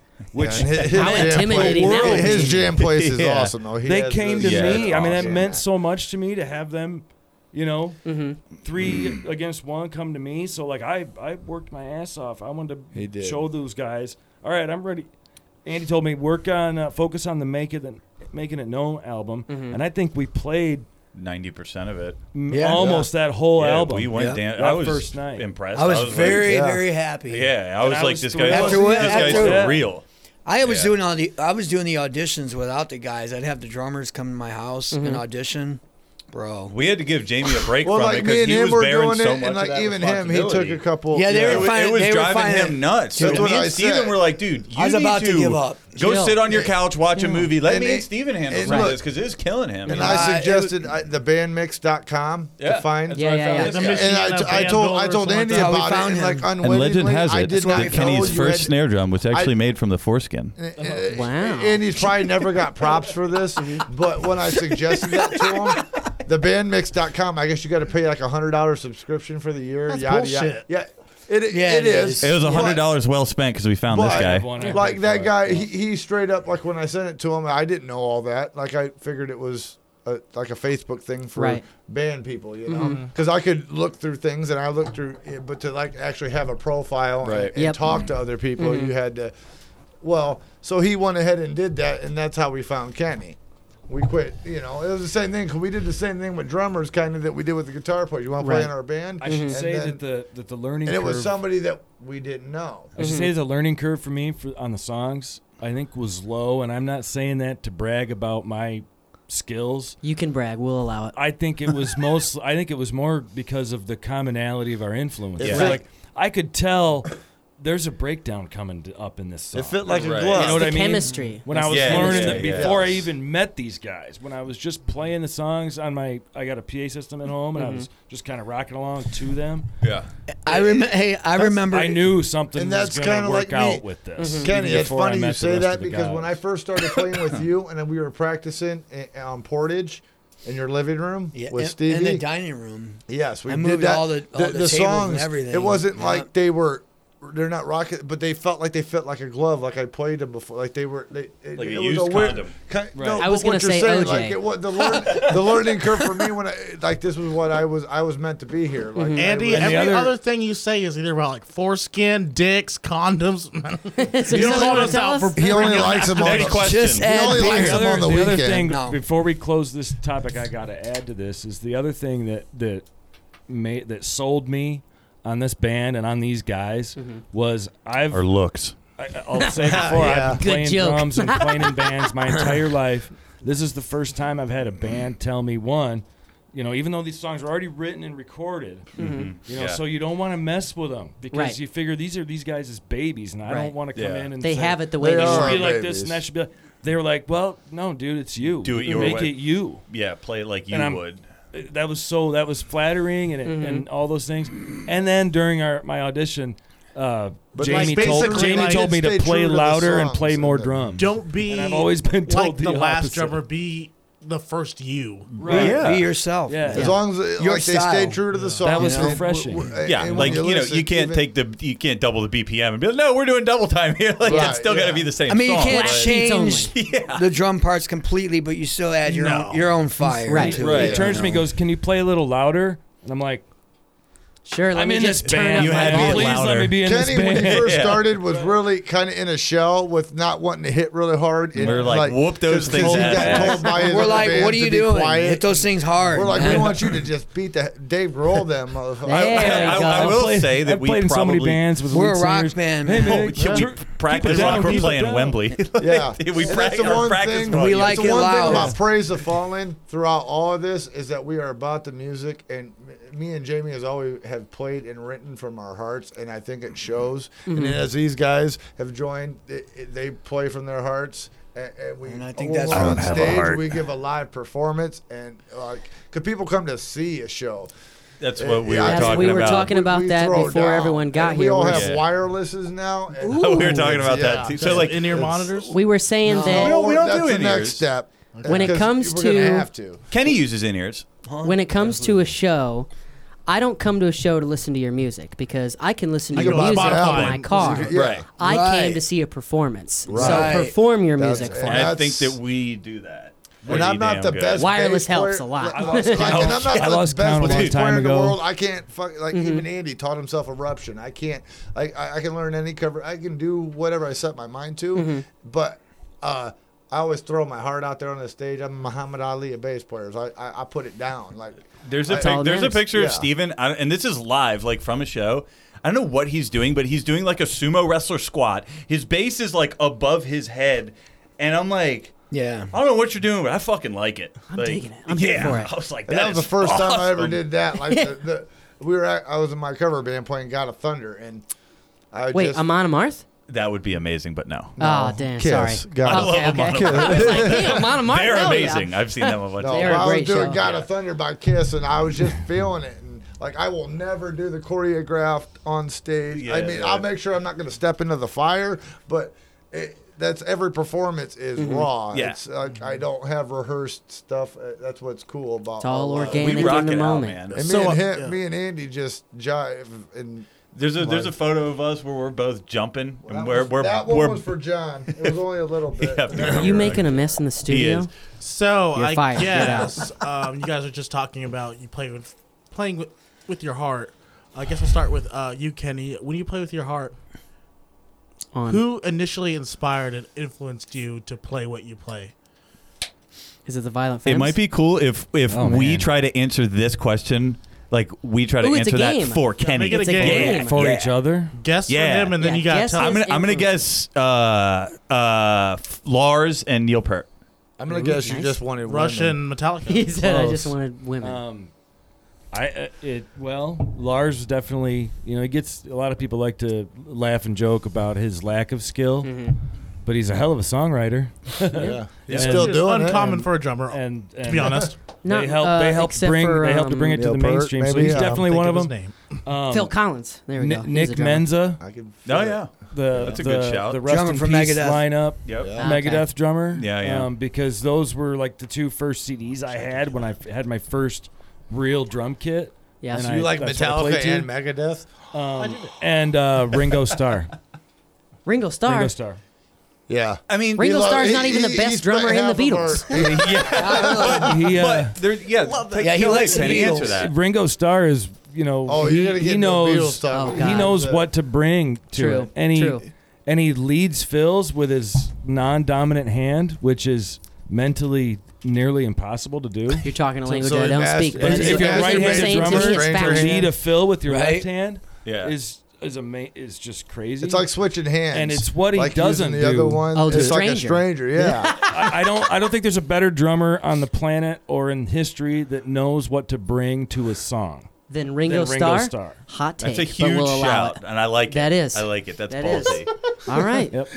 Yeah, which and [laughs] his, his How jam intimidating place- that would his be. jam place [laughs] is Yeah. awesome though. He they has came to those- Yeah, me. I mean, that awesome. meant so much to me to have them, you know, hmm three [clears throat] against one come to me. So like I I worked my ass off. I wanted to He did. show those guys. All right, I'm ready. Andy told me work on uh, focus on the make it the, making it known album, and I think we played ninety percent of it. m- Yeah. almost that whole yeah, album. We went Yeah. dan- That I was first night. impressed. I was, very, yeah. very happy. yeah. I was I like was this thrilled. guy. This After what- guy's after- for real. I was Yeah. doing all the I was doing the auditions without the guys. I'd have the drummers come to my house and audition, bro. We had to give Jamie a break Well, from like it me because and he him was were bearing doing so it, much and like of that even him, he took responsibility. a couple. Yeah, they It, were wa- finding- it was they were driving finding- him nuts. That's Dude, what me and I Steven said. were like, dude, you I was need about to give up. Go Chill. sit on your couch, watch a movie. Let And me it- and Steven handle and some of look- this because it's killing him. you And know? I I- suggested uh, I, thebandmix.com Yeah. to find. That's Yeah, what I yeah, found yeah. this The guy. mission- And She's not I, I a told band I told builder, Andy so we about it, found and him. like And legend unwittingly, has I it did not that Kenny's know you first had- snare drum was actually made from the foreskin. Uh, Wow. Andy's probably never got props for this, but when I suggested that to him, the bandmix.com, I guess you got to pay like a hundred dollar subscription for the year. That's yada bullshit. yada. Yeah, it, Yeah, it it is. It was a hundred But- dollars well spent because we found this But- guy. One I like paid that for. guy he, he straight up like when i sent it to him i didn't know all that like i figured it was a, like a facebook thing for Right. Mm-hmm. band people you know because i could look through things and i looked through it, but to like actually have a profile Right. and, and Yep. Mm-hmm. talk to other people you had to well so he went ahead and did that and that's how we found kenny we quit, you know. It was the same thing 'cause we did the same thing with drummers, kind of that we did with the guitar player. You want to play Right. in our band? I should And say then- that the that the learning and it was curve- somebody that we didn't know. I should say the learning curve for me for, on the songs I think was low, and I'm not saying that to brag about my skills. You can brag. We'll allow it. I think it was most. I think it was more because of the commonality of our influences. Yeah. Like I could tell there's a breakdown coming to, up in this song. It fit like Right. a You know glove. It's what the I mean? chemistry. when That's I was the Yeah, learning chemistry. them yeah, before I yes. even met these guys, when I was just playing the songs on my, I got a PA system at home and I was Mm-hmm. just kind of rocking along to them. Yeah. I remember. Hey, I remember. I knew something And was that's going kinda to like work me. out with this. Kenny, even it's before I funny met you the say rest that of the because when I guys. first started playing [laughs] with you and then we were practicing i- on Portage in your living room Yeah, with in, Stevie. in the dining room. Yes, we I did moved that. all the- all the tables and songs. everything. It wasn't Yeah. like they were. They're not rocket, but they felt like they fit like a glove. Like I played them before. Like they were. They, it, Like a it used was a weird, condom. Kind, no, I was but gonna what you're say saying, OJ. Like it was the, learn, the learning curve for me when I like this was what I was. I was meant to be here. Mm-hmm. Like I Andy, was- every other- other, thing you say is either about like foreskin, dicks, condoms. [laughs] So you you called wanna us tell out us? for he only [laughs] likes them on Next the. question. Just He add only beer. likes the them on other, the the other thing weekend. No. before we close this topic, I got to add to this is the other thing that that made that sold me on this band and on these guys Mm-hmm. was I've Or looks. I, I'll say [laughs] it before I've Good been playing joke. drums and playing in [laughs] bands my entire life. This is the first time I've had a band tell me one. You know, even though these songs are already written and recorded, you know, Mm-hmm. Yeah. so you don't want to mess with them because Mm-hmm. Right. you figure these are these guys' babies, and I Right. don't want to come Yeah. in and They say, have it the way They they, are. should want. be Our like babies. this and that should be like they were like well no dude it's you Do it your make way. it you Yeah, play it like you And I'm- would. that was so that was flattering and it, and all those things and then during our my audition uh, But, like, Jamie told basically, Jamie like, told me to stay true play to the louder and songs play and more then- drums Don't be. And I've always been told [laughs] like the, the last opposite. drummer. Be the first you. right Be- Be yourself. Yeah. As long as like, Your they style. stay true to the song. That was and- refreshing. w- w- Yeah, and when like you know, listen, you can't even- take the you can't double the BPM and be like, no, we're doing double time here. [laughs] Like Right, it's still got yeah. to be the same. I mean, you song, can't but- change Yeah. the drum parts completely, but you still add your No. own, your own fire. Right. into Right. It, he Yeah. turns you to me and know? goes can you play a little louder and I'm like Sure, let I'm me in this just turn up band You my had me volume. at please let louder. me be in Kenny, this band when [laughs] he first [laughs] Yeah. started, was really kind of in a shell with not wanting to hit really hard. And We're like, whoop those things He out. got told by his We're other like, bands what are to you be doing? quiet. Hit those things hard. We're like, we man. want you to just beat the Dave roll them motherfucker. There [laughs] you I- I- go. I will say that I've we played in so many probably- bands [laughs] with We're lead a rock singers. band. Hey, man, Yeah, keep- we keep it practice down, like we're keep it playing [laughs] down. Wembley. [laughs] Yeah, we And practice. Our practice thing. volume. We like it's it the one loud. thing about praise the fallen throughout all of this is that we are about the music, and m- me and Jamie has always have played and written from our hearts, and I think it shows. Mm-hmm. And as these guys have joined, it, it, they play from their hearts. And, and we, And I think when that's we're what- on I don't have stage. We give a live performance, and like, could people come to see a show? That's what we Yeah, were that's Yes, talking we were about. talking about We- we that throw before down. everyone got And here. We all We're have s- Yeah. wirelesses now. and- Ooh. [laughs] [laughs] we were talking about that Yeah. too. So So like like, in ear monitors. we were saying that We don't- we don't That's do the in next ears. step. When it Because comes we're gonna to- have to. Kenny uses in ears. when it comes to a show, I don't come to a show to listen to your music because I can listen to I your go music buy in an album. my car. Yeah. Right. I Right. came to see a performance. Right. So perform your That's- music for and me. And I That's- think that we do that. When pretty I'm not damn the good. best, Wireless bass helps player- a lot. I lost count. And I'm not I the lost best count a long bass time player in the ago. world. I can't fuck like Mm-hmm. even Andy taught himself eruption. I can't. I, I I can learn any cover. I can do whatever I set my mind to. Mm-hmm. But uh, I always throw my heart out there on the stage. I'm Muhammad Ali of bass players. I I, I put it down like. There's a That's pic- all it there's a matters. picture Yeah. of Steven, I don't- and this is live, like from a show. I don't know what he's doing, but he's doing like a sumo wrestler squat. His base is like above his head, and I'm like, [laughs] yeah. I don't know what you're doing, but I fucking like it. I'm digging it. I'm here yeah. for it. [laughs] I was like, And that, was is the first time I ever awesome. did that. [laughs] Like the, the we were at, I was in my cover band playing God of Thunder and I Wait, just, Amon Amarth? That would be amazing, but no. Oh, damn. Kiss. Sorry. God. I okay, love okay. Amon [laughs] Amarth. I was like, damn, Amon Amarth. They're hell yeah. amazing. I've seen them a bunch. [laughs] No, They are a I was great doing show. God of Thunder by Kiss, and I was just feeling it. And like, I will never do the choreographed on stage. I Yeah, mean, yeah. I'll make sure I'm not going to step into the fire, but it, that's every performance is Mm-hmm. raw. Yeah. It's like I don't have rehearsed stuff. Uh, That's what's cool about It's all all of it. organic We in the rock it out, moment. man. And me So, and uh, him, yeah. me and Andy just jive and. There's a there's a Like- photo of us where we're both jumping that and we're was- we're that one we're was for John. It was only a little [laughs] bit. [laughs] Yeah, And Are you making a mess in the he studio? is. So You're I fired. Get out. guess [laughs] um, you guys are just talking about you play with, playing with, with your heart. I guess we'll start with uh, you, Kenny. When you play with your heart, On. who initially inspired and influenced you to play what you play? Is it the Violent Femmes? It might be cool if if Oh, we man. try to answer this question, like we try to Ooh, it's a answer that game. for Kenny. make it a It's a Yeah, game. for each other Guess Yeah. for him, and then Yeah, you gotta guess tell. his I'm gonna I'm gonna guess uh, uh, f- Lars and Neil Peart. I'm gonna guess you Nice. just wanted Russian Metallica. He said, I Close. just wanted women. Um, I uh, it well Lars was definitely you know he gets a lot of people like to laugh and joke about his lack of skill, Mm-hmm. but he's a hell of a songwriter. Yeah, he's And- still It's doing it. uncommon and- for a drummer. And, and to be honest, they help uh, they help bring they help um, to bring it to Neil the Peart, mainstream. so maybe, he's I don't definitely Think one of of his them. name. Um, Phil Collins. There we Ni- go. He's a Nick drummer. Menza, I can. feel Oh it. yeah. the That's a the, good shout. the Rust Drummer in from Peace Megadeth. lineup. Yep. Yeah. Ah, okay. Megadeth drummer. Yeah, yeah. Um, because those were like the two first CDs I had when I f- had my first real drum kit. Yeah. And Do you like that's what I played Metallica to. and Megadeth? Um, and uh, [laughs] Ringo Starr. Ringo Starr. Ringo Starr. Yeah. I mean, Ringo He lo- Starr's he- not even the he- best he's drummer in the half of our- Beatles. yeah, He, uh, but there, yeah, take- Yeah, he no, likes wait, the can he answer Beatles. that. Ringo Starr is you know [laughs] Oh, he, you're gonna he get into knows Beatles stuff. Oh, with God. he that. knows what to bring to True, it. And he, true. and he leads fills with his non-dominant hand, which is mentally nearly impossible [laughs] to do. You're talking a So- language so I it don't mas- speak. it- But it it's if you're a masturbates right-handed to drummer, a stranger. to lead a fill with your Right? left hand Yeah. is is ama- is just crazy. It's like switching hands. And it's what he like doesn't using the do. other one. Oh, the it's like a stranger. stranger. Yeah. [laughs] I, I don't I don't think there's a better drummer on the planet or in history that knows what to bring to a song. then Ringo, Then Ringo Starr. Starr. Hot take. That's a but huge we'll allow shout, and I like it. That is. I like it. That's That is. ballsy. It. All right. Yep.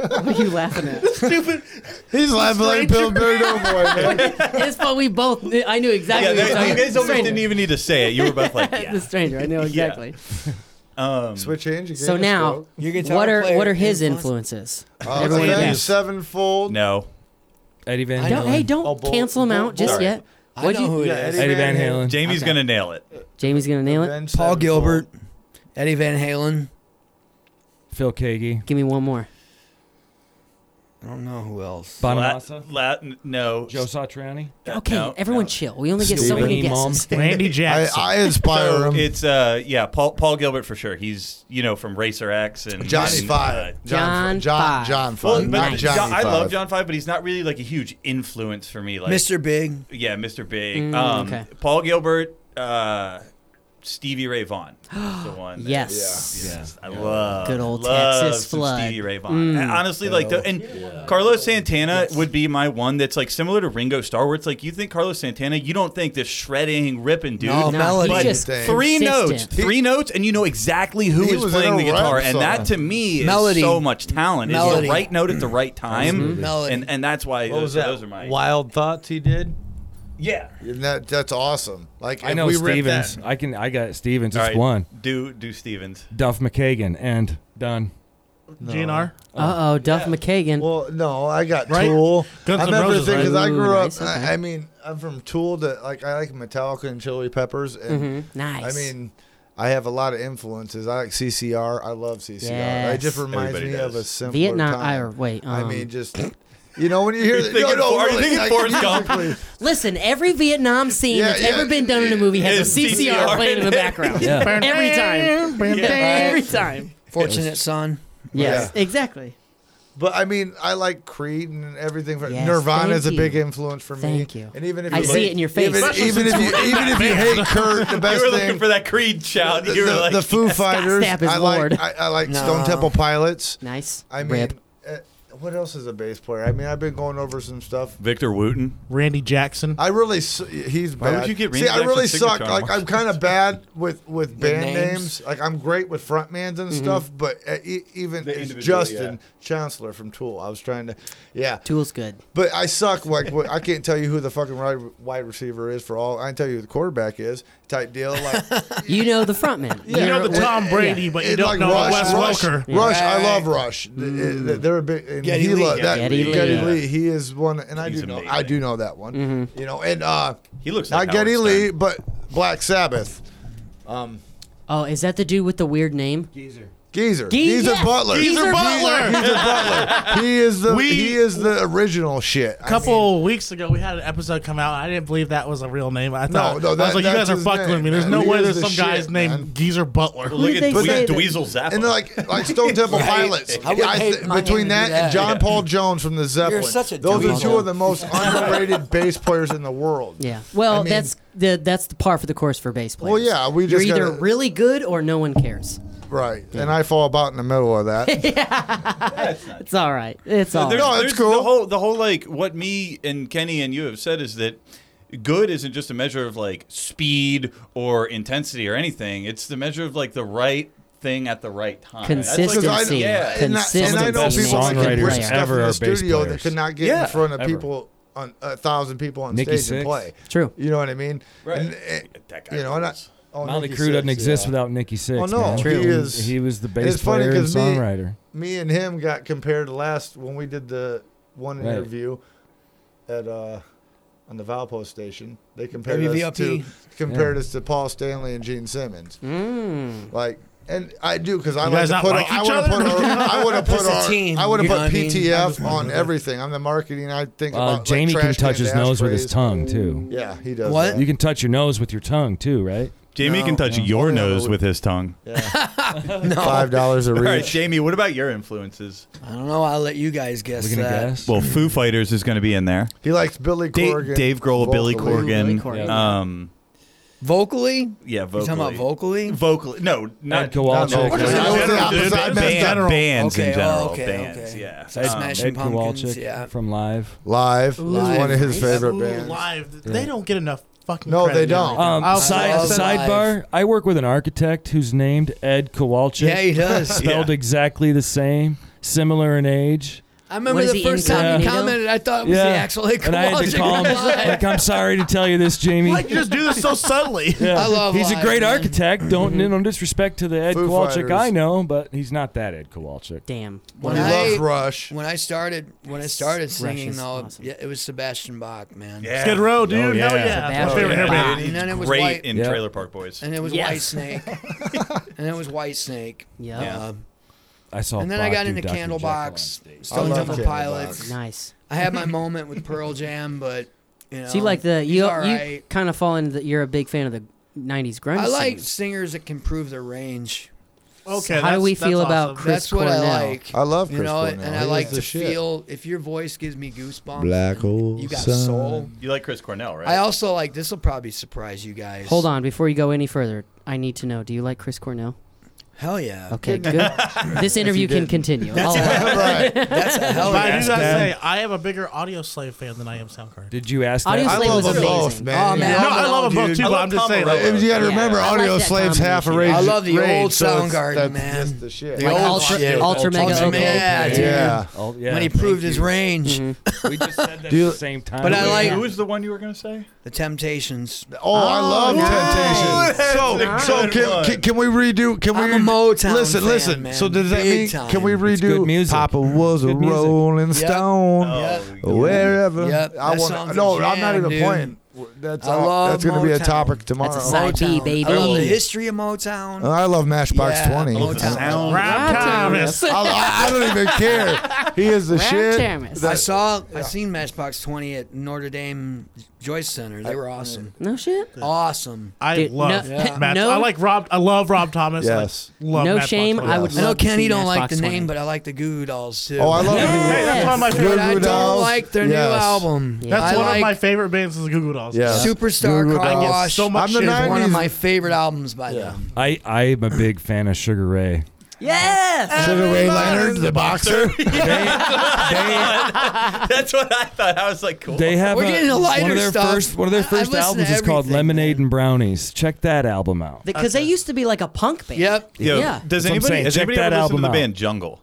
What are you laughing at? He's laughing like Bill Doughboy, man. It's what we both. Knew. I knew yeah, exactly. they- what you you were talking guys almost Stranger. didn't even need to say it. You were both like, yeah. the stranger. I know exactly. Um, Switch hands. You So can't now, stroke. Your guitar what are player what are his influence? influences? Oh, Everyone okay, guess. sevenfold. no. Eddie Van I Don't, know. Halen. hey, don't Oh, Bull- cancel him Bull- out just Bull- yet. I What'd know you- who it Yeah, is. Eddie Eddie Van Van Halen. Jamie's Okay. gonna nail it. Jamie's gonna nail it. Ben Paul Sevenfold. Gilbert, Eddie Van Halen. Phil Kagi. Give me one more. I don't know who else. Bonamassa. La- la- no. Joe Satriani. Okay, no, everyone no. chill. We only get so Stupid. many Beanie Mom. guesses. Randy I, Jackson. I inspire So [laughs] him. it's uh yeah Paul Paul Gilbert for sure. He's you know from Racer X and Johnny and, uh, Five. John John, John, Five. John Five. Well, but not Johnny John, I Five. love John Five, but he's not really like a huge influence for me. Like Mr. Big. yeah, Mr. Big. Mm, um, okay. Paul Gilbert, uh, Stevie Ray Vaughan, is [gasps] the one. that- Yes. Yes, I love Good old love Texas Mm. some flood. Stevie Ray Vaughan. And honestly, like the, and Carlos Santana would be my one that's like similar to Ringo Starr, where it's like you think Carlos Santana, you don't think this shredding, ripping dude. No, No, melody. he's But just Oh, three consistent. notes, three notes, and you know exactly who He is was in playing a the guitar, rap and song. that to me is Melody. so much talent. It's Melody. the right note at the right time, Melody. and and that's why those, those are my Wild thoughts he did. yeah. And that, that's awesome. Like I if know we rip Stevens. that- I can. I got Stevens. All Just right, one. Do do Stevens. Duff McKagan and done. GNR. Uh oh, Duff McKagan. Well, no, I got Right? Tool. Guns I N' remember Roses, the thing right? because I Ooh, grew up. nice, okay. I, I mean, I'm from Tool to like I like Metallica and Chili Peppers, and Mhm, nice. I mean, I have a lot of influences. I like CCR. I love CCR. It just Yes. reminds Everybody me does. of a simpler Vietnam. I, time. or wait. Um, I [coughs] mean, just you know when you hear You're the, no, thinking no, for- are you really, thinking like, Forrest Gump? [laughs] musically- listen. Every Vietnam scene Yeah, that's yeah. ever been done in a movie has a Is CCR CCR playing in the in it? background. Yeah. Every time. Every time. Fortunate Son. Yes, exactly. But I mean, I like Creed and everything. For, Yes, Nirvana is a thank you. big influence for me. Thank you. And even if I you see hate- it in your face. Even, Especially even if [laughs] you even if you hate Kurt, the You best were thing looking for that Creed shout. the, you were the- like, the Foo Fighters. Stapp is I like Lord. I, I like No. Stone Temple Pilots. Nice. I mean, Rip. uh, what else is a bass player? I mean, I've been going over some stuff. Victor Wooten. Randy Jackson. I really su- he's Why bad. would you get See, I Randy really Jackson's suck. signature on Like [laughs] I'm kind of bad with with band names? names. Like I'm great with frontmans and stuff, but uh, e- even The it's individual, Justin Chancellor from Tool. I was trying to, yeah. Tool's good. But I suck. Like what, I can't tell you who the fucking ri- wide receiver is for all. I can tell you who the quarterback is. Type deal. Like You know the frontman. Yeah. you know Yeah. the Tom Brady, but you it- don't like know Rush, Wes Rush, Welker. Mm. Rush, Yeah. I love Rush. Th- it- th- They're a big. And Geddy he Lee. lo- that, Geddy Getty Lee. Lee. Yeah. He is one, and I He's do know. I amazing. do know that one. Mm-hmm. You know, and uh, He looks like not Getty Howard Lee, Stern. but Black Sabbath. Um, Oh, is that the dude with the weird name? Geezer. Geezer. Gee- Geezer yes, Butler. Geezer Butler. Geezer [laughs] Butler. He is the We- he is the original shit. I mean, couple weeks ago, we had an episode come out. I didn't believe that was a real name. I thought no, I was that- like, you guys that's are his fucking name, with me. There's man. no He way is there's the some guy's shit, man. named Geezer Butler. Well, look did at they Dwe- say that- Dweezil Zappa. and like like [laughs] Stone Temple Pilots. I would I hate th- my name between to do that, that. and John Paul Jones from the Zeppelin. such a Those are dumb two dumb. of the [laughs] most underrated bass players in the world. Yeah. Well, mean- that's the that's the par for the course for bass players. Well, yeah, we You're just either gotta- really good or no one cares. Right. And I fall about in the middle [laughs] of that. It's all right. It's all There's- right. Oh. No, it's there's cool. The whole, the whole like what me and Kenny and you have said is that good isn't just a measure of like speed or intensity or anything. It's the measure of like the right thing at the right time. That's, like, Consistency. Because I- yeah. And I, Consistency and I know makes people that a can player. bring stuff ever in are the bass studio that players. could not get Yeah, in front of ever. people on a thousand people on Nikki stage and Sixx. play. True. You know what I mean? Right. And, and, That guy you know, and I, rules. oh, Motley Nikki Crue doesn't Sixx, exist yeah. without Nikki Sixx. Oh, no, man. he True. is- He was the it's bass funny player and 'cause me- songwriter. Uh, me and him got compared last when we did the one Right. interview at uh on the Valpo station. They compared us to WVLP. compared us to Paul Stanley and Gene Simmons. Mm. Like and I do because I You like guys to not put like on, I each would have put other? on, [laughs] I would have put It's a on, team, I would have you know put what I mean? PTF on everything. I'm the marketing. I think Uh, about Jamie like, can trash touch can his nose with his ashtrays. tongue too. Yeah, he does. What? that. You can touch your nose with your tongue too, right? Jamie No, can touch no. your Yeah, nose but- with his tongue. Yeah. No, Five dollars a All right, reach. Jamie, what about your influences? I don't know. I'll let you guys guess We're gonna that. guess. Well, Foo Fighters is going to be in there. He likes Billy Dave, Corgan. Dave Grohl, Billy vocally. Corgan. Billy Corgan. Um, Vocally, yeah, you vocally. talking about vocally? Vocally, no, not Ed Kowalczyk. no, In Yeah, general, I was the dude, opposite. I ba- messed band- up. bands Okay, in general, oh, okay, bands, okay. yeah. So Smash- Uh, Um, Ed Pumpkins, Kowalczyk yeah. from Live. Live, Live. one of his Nice. favorite Ooh, bands. Live. They Yeah. don't get enough fucking. No, credit they don't. anymore. Um, I'll- side, I'll- sidebar: I work with an architect who's named Ed Kowalczyk. Yeah, he does. spelled exactly the same, similar in age. I What remember is the he, first time you incognito? commented. I thought it was Yeah. the actual Hick and I had to [laughs] call him. like, I'm sorry to tell you this, [laughs] Jamie. Why'd you just do this [laughs] so subtly? Yeah. I love He's a live, great man. architect. Don't no disrespect to the Ed Foo Kowalczyk Fighters. I know, but he's not that Ed Kowalczyk. Damn. When When he I- loves Rush. When I started, when I Yes. started Rush singing, is though, awesome. yeah, it was Sebastian Bach, man. Yeah. Skid Row, dude. Oh, Hell yeah. yeah. That's my Sebastian favorite hair Bach. band. And then it was Great white, in Yeah. Trailer Park Boys. and it was Yes. [laughs] White Snake, and it was White Snake. Yeah. Uh, I saw. and then I Bach got do into Dr. Jekyll Candlebox, on stage. I Stone love Temple Candlebox. Pilots. Nice. I had my moment with Pearl Jam, but you know, so you like the he's you all you right. kind of fall into the, you're a big fan of the '90s grunge. I like scenes. singers that can prove their range. Okay. How do that's- we that's feel about awesome. Chris That's what I Cornell. like. I love Chris you know, and Cornell. I He like is to the shit. feel if your voice gives me goosebumps. Black hole. you got soul. You like Chris Cornell, right? I also like this will probably surprise you guys. Hold on, before you go any further, I need to know: Do you like Chris Cornell? Hell yeah. Okay, good. this interview can continue. I'll- [laughs] [laughs] right. That's a hell But I yeah. do not say I am a bigger Audio Slave fan than I am Soundcard. Did you ask Audio that? I Slave love was them amazing. both, man. Oh, man. You I No, know, I don't love them know, both too, I but love I'm just saying. Pomerode. Like, You got to Yeah. remember, I like Audio that Slave's half a combination. rage. I love the rage, old so it's- Soundgarden, that's man. just the shit. The old Ultra- shit. Ultra Mega Ultra Open. Mega, dude. Yeah. Oh, yeah. When he proved his range. Mm-hmm. we just said that Do you- at the same time. But I Yeah. like Who is the one you were going to say? the Temptations. Oh, I love Temptations. So, So can, can can we redo? Can Oh, I'm we a Motown listen? fan, listen. man. So does that Big mean time. can we It's good redo? music. Papa was a Good music. Oh. Rolling Stone. Wherever. Yep, I that want. song's No, a I'm not jam, even dude. playing. That's I all- love that's going to be a Motown. topic tomorrow. That's a side B, Motown. baby. I love the history of Motown. I love Oh, Matchbox Yeah, Twenty. Motown. sound. Round Thomas. I, I- I don't even care. He is the Ram shit. Thomas. I that- saw, I seen Matchbox 20 at Notre Dame Joyce Center. They were awesome. No shit. Awesome. I Dude, [laughs] love no- Yeah. Matt. no- I like Rob. I love Rob Thomas. Yes. Like, love No Matt Fox shame, Thomas. I would I know love to see Kenny don't like Matchbox the 20. name, but I like the Goo Goo Dolls too. Oh, I love. Hey, that's one of my Yes. favorite. But I Goo Goo don't Dolls. like their new Yes. album. Yeah. That's I one like of my favorite bands is the Goo Goo Dolls. Yeah. Superstar Goo Goo Car Dolls. Wash. So much I'm the shit. nine- one of 90s. my favorite albums by them. I, I'm a big fan of [laughs] Sugar Ray. Yes. Sugar Ray Leonard, the boxer. That's what I thought. I was like, cool. They have We're a- getting to lighter one of their stuff. first one of their I- I've first listened to albums is called everything, Lemonade man. and Brownies. Check that album out. Because they used to be like a punk band. Yep. Yo, Yeah. Does That's what I'm anybody, saying. has Check anybody that ever listened to album the out. band Jungle?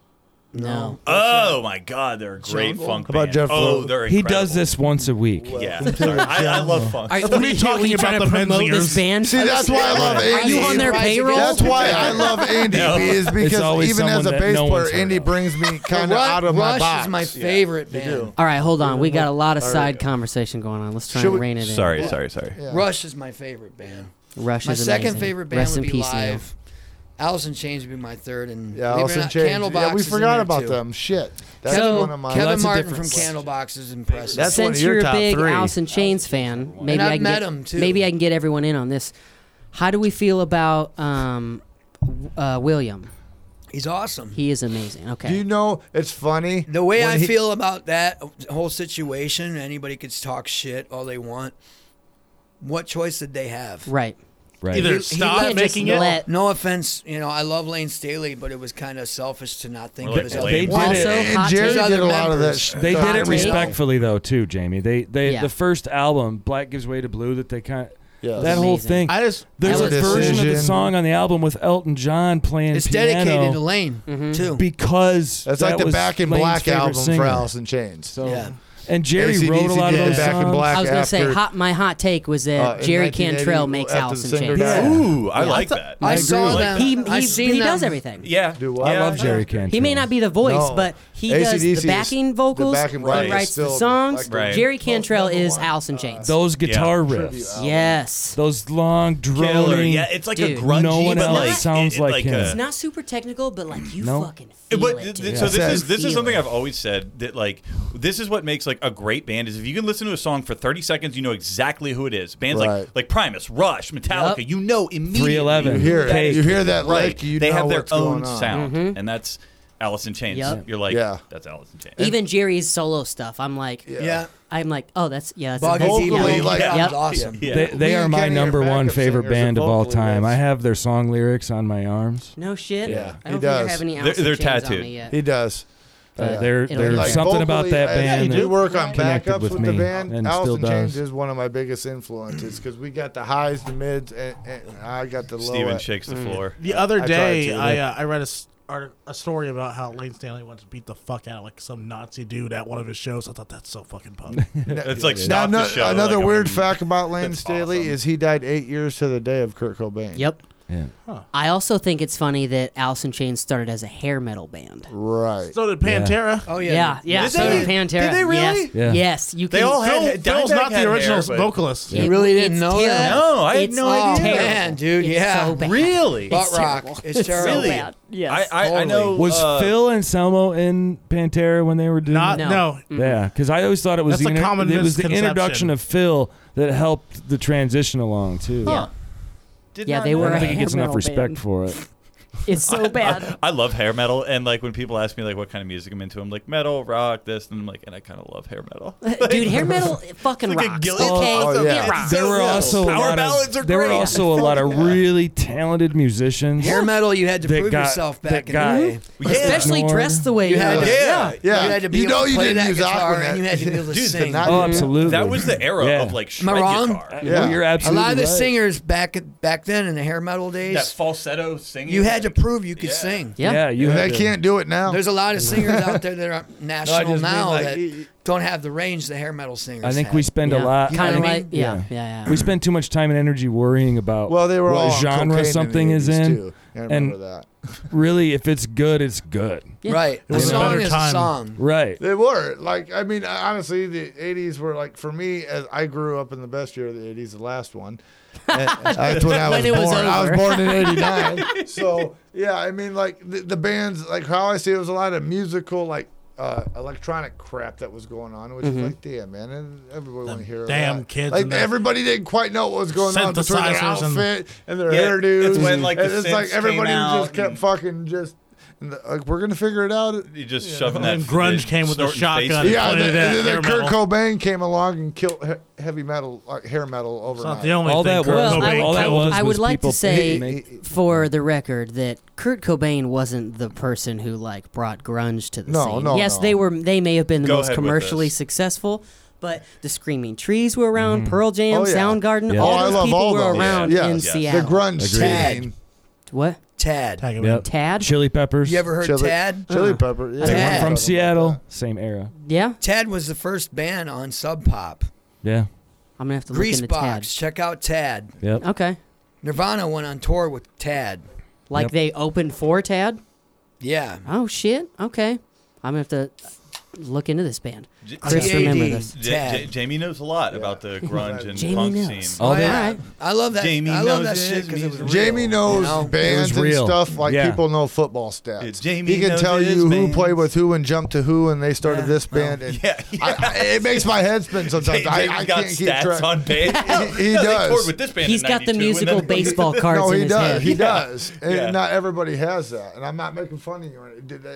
No. Oh my God, they're a great funk. How about band. Jeff Oh, Lou? they're He incredible. does this once a week. Yeah, sorry. I, I um, love funk. Are, what are you talking talking you about trying to the promote Benzingers? this band? See, that's why I love Are Andy. you on their Surprise, you payroll? That's why I love Andy No. is because always even as a someone that bass no player, one's heard Andy of. brings [laughs] me kind of Rush, out of my Rush box. is my favorite band. do. All right, hold on. We got a lot of All right. side conversation going on. Let's try Should and we- rein it in. Sorry, sorry, sorry. Yeah. Rush is my favorite band. Rush my is second amazing. favorite band Rest would in be peace, Neil. Live. Alice in Chains would be my third, and Yeah, believe it or Allison not, Chains. Candlebox Yeah, we is in forgot there, about too. them. Shit, that's So, one of my. Kevin Well, that's a Martin from difference. Candlebox is impressive. That's one Since of your you're a top big three. Alice in Chains fan, maybe I've I can met get, him, too. maybe I can get everyone in on this. How do we feel about um, w- uh, William? He's awesome. He is amazing. Okay. Do you know it's funny? the way when I he- feel about that whole situation, anybody could talk shit all they want. What choice did they have? right. Right. Either He- he stop left- making it. Let- No offense, you know, I love Lane Staley, but it was kind of selfish to not think Well, of his they- other they people. did it. Also, and hot Jerry take. did a lot of that. Members. sh- They stuff. did Hot it take. respectfully though too, Jamie. They they Yeah. the first album, Black Gives Way to Blue, that they kind Yes. of, that whole Amazing. thing. I [laughs] just I There's a was- version of the Decision. song on the album with Elton John playing It's piano dedicated to Lane Mm-hmm. too. because That's that like the was Back in Lane's Black favorite album singer. for Alice in Chains. So yeah. And Jerry AC/DC wrote a lot of did those Back in songs. Black. I was gonna say after- hot, my hot take was that Uh, in Jerry 1980, Cantrell makes after Alice the in singer Chains. died. Ooh, I like that. I, saw with them. He I he, seen he them. does everything. Yeah. Do what? yeah. I I love Jerry Cantrell. He may not be the voice, No. but he does AC/DC the is- backing vocals. the backing vocals he is writes the still songs. like the- Right. Jerry Cantrell number is one, Alice in uh, Chains. Those guitar Tribute riffs, album. yes. those long Killer. droning. Yeah, it's like Dude. a grungy, No one but else like, sounds it- like like him. a- It's not super technical, but like you No. fucking feel but it. th- Dude. so Yeah. this is this Feel is something it. I've always said that like this is what makes like a great band is if you can listen to a song for 30 seconds you know exactly who it is bands Right. like like Primus Rush Metallica Yep. you know immediately 311. You hear Hey. it. You hear that right lick. You they know have their what's own going on. sound and that's Alice in Chains Yep. you're like Yeah. that's Alice in Chains Even Jerry's solo stuff, I'm like, Yeah. I'm like, oh, that's yeah, that's Boggy amazing. Deep Vocally, Lane like- was Yep. awesome. yeah They, they Me are and my Kenny are number one backup favorite singers and band of all vocally, time. I that's- have their song lyrics on my arms. No shit. Yeah, I he don't think I does. have any They're- Alice in they're Chains on tattooed. me yet. He does. Uh, there, It'll there's be like something about that vocally, band. I, I do that- work on connected backups with with, the me band. and Alice still in Chains does. is one of my biggest influences because we got the highs, the mids, and, and I got the low. Steven end. shakes the floor the other I tried day to, I yeah. uh, I read a, s- art- a story about how Lane Stanley wanted to beat the fuck out of like some Nazi dude at one of his shows. I thought that's so fucking punk. it's like Now, stop no, the show another like, weird um, fact about Lane that's Staley awesome. is he died eight years to the day of Kurt Cobain. Yep. Yeah. I also think it's funny that Alice in Chains started as a hair metal band. Right. so did Pantera. Oh yeah. Yeah, dude. yeah. Did so they- did Pantera. did they really? Yes. Yeah. yes you They can, all had- Phil, Dimebag Phil's not had the original hair, but- vocalist. You really didn't it's know terrible. that? No, I had it's no idea. Terrible. Man, dude, It's yeah. so bad. really Butt rock. terrible. It's terrible. Really? bad. I, Yes. I, I know Was uh, Phil Anselmo in Pantera when they were doing Not it? No. no. Yeah, because I always thought it was That's the a inter- common it was the misconception. introduction of Phil that helped the transition along too. huh. Did Yeah, not they know I were don't a that. think he [laughs] gets hair enough metal respect band. for it. It's so bad. [laughs] I love hair metal, and like when people ask me like what kind of music I'm into, I'm like metal, rock, this, and I'm like, and I kind of love hair metal. Dude, hair [laughs] metal it fucking like a rocks. Gillian okay, song. it Yeah. rocks. There were Yeah. also a Power lot ballads are of there were great. also a lot of really talented musicians. Hair metal, you had to That prove got- yourself that back in got- the Mm-hmm. [laughs] Yeah. day. Especially Ignored. dressed the way You you had are. to, Yeah. Yeah. You had to be You able know to you play didn't that use guitar, Aquanet. and you had to be able to Dude, the sing. not- Oh, absolutely. That was the era Yeah. of like Am I shred wrong? Uh, guitar. Yeah. Well, you're a absolutely lot of the right. singers back at- back then in the hair metal That days, falsetto singing. you had to prove you could Yeah. sing. Yeah. Yeah, you And had they to- can't do it now. There's a lot of singers out there that are national mean, now like, that don't have the range the hair metal singers. I think had. we spend a lot. Kind I of think- like yeah, yeah, yeah. We spend too much time and energy worrying about Well, they were what all on cocaine in genre the something is 80s in. Too. I remember and- that. Really, if it's good, it's good. Yeah. right. A was a song better is a time. song. Right. They were like, I mean, honestly, the '80s were like for me. As I grew up in the best year of the '80s, the last one. [laughs] And that's when I was When it born. was I was over. born in [laughs] '89. so yeah, I mean, like the, the bands, like how I see it was a lot of musical, like uh, electronic crap that was going on, which is like, damn man, and everybody want to hear Mm-hmm. damn that. kids Like and their everybody didn't quite know what was going on between their synthesizers and- outfit and their Yeah, hairdos. that's when, like, the And it's synths like came everybody out just kept and- fucking just like we're gonna figure it out. You just shoving that. And grunge came with a snorting shotgun. face- Yeah, Pointed the, it at the, the hair Kurt metal. Cobain came along and killed he- heavy metal, like hair metal It's not overnight. the only All thing. that Kurt was- Well, I, Cobain all that I- killed. was I would was like to people- say, He- he- for the record, that Kurt Cobain wasn't the person who like brought grunge to the No, scene. no, yes, no. they were. They may have been the Go most ahead with commercially this. successful, but the Screaming Trees were around. Pearl Jam, Oh, yeah. Soundgarden. Yeah. Oh, All I those love people all were those. around Yeah. in Yes. Seattle. The grunge Agreed. scene. what? Tad. Tag him Yep. Tad? Chili peppers. You ever heard Chili, Tad? Chili Pepper. Yeah. They were From Yeah. Seattle, same era. Yeah, Tad was the first band on Sub Pop. Yeah. I'm gonna have to look into Tad. Greasebox. Check out Tad. Yep. Okay, Nirvana went on tour with Tad. like Yep. they opened for Tad. Yeah. Oh shit. Okay, I'm gonna have to look into this band. J- Chris, T.A.D. remember this. J- Tad. J- Jamie knows a lot about the grunge and Jamie punk knows. scene. All Oh, that- yeah. Alright. I love that. Jamie I love that knows shit his because it was music. real, Jamie knows you know? bands It was and real. stuff like Yeah. people know football Yeah, stats. Jamie he can knows tell his you who bands. played with who and jumped to who and they started Yeah. this band. And Yeah, [laughs] yeah. I, I, it makes my head spin sometimes. I, Jamie's I got can't keep stats track. on band. [laughs] [laughs] He- he yeah, They does. toured with this band He's in got the 92, and musical then- baseball cards [laughs] no, in he his does. head. He does. And Yeah. not everybody has that. And I'm not making fun of you. or-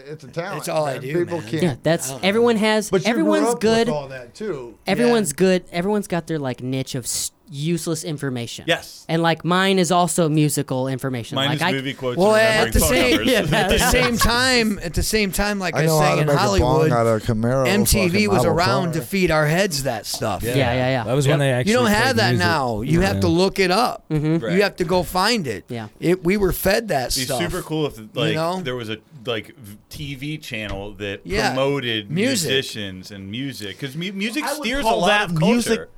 It's a talent. It's all I man. do, People man. can't. Yeah, that's everyone has. But you grew everyone's up with good. all that too. Everyone's good. Everyone's got their like niche of s useless information. Yes. And like mine is also musical information. Mine like is I, movie quotes. Well, and at the remembering same [laughs] phone numbers. at the same time, at the same time, like I, I know how say to in make a bong Hollywood, out of Camaro. MTV fucking was Apple around car. to feed our heads that stuff. yeah, yeah, yeah. That was when they actually. You don't played have that music. now. You have to Yeah. look it up. Right. You have to go find it. Yeah. It, we were fed that It'd be stuff. super cool if like know? there was a like v- TV channel that Yeah. promoted Music. musicians and music because mu- music I would steers a call lot that of culture. music-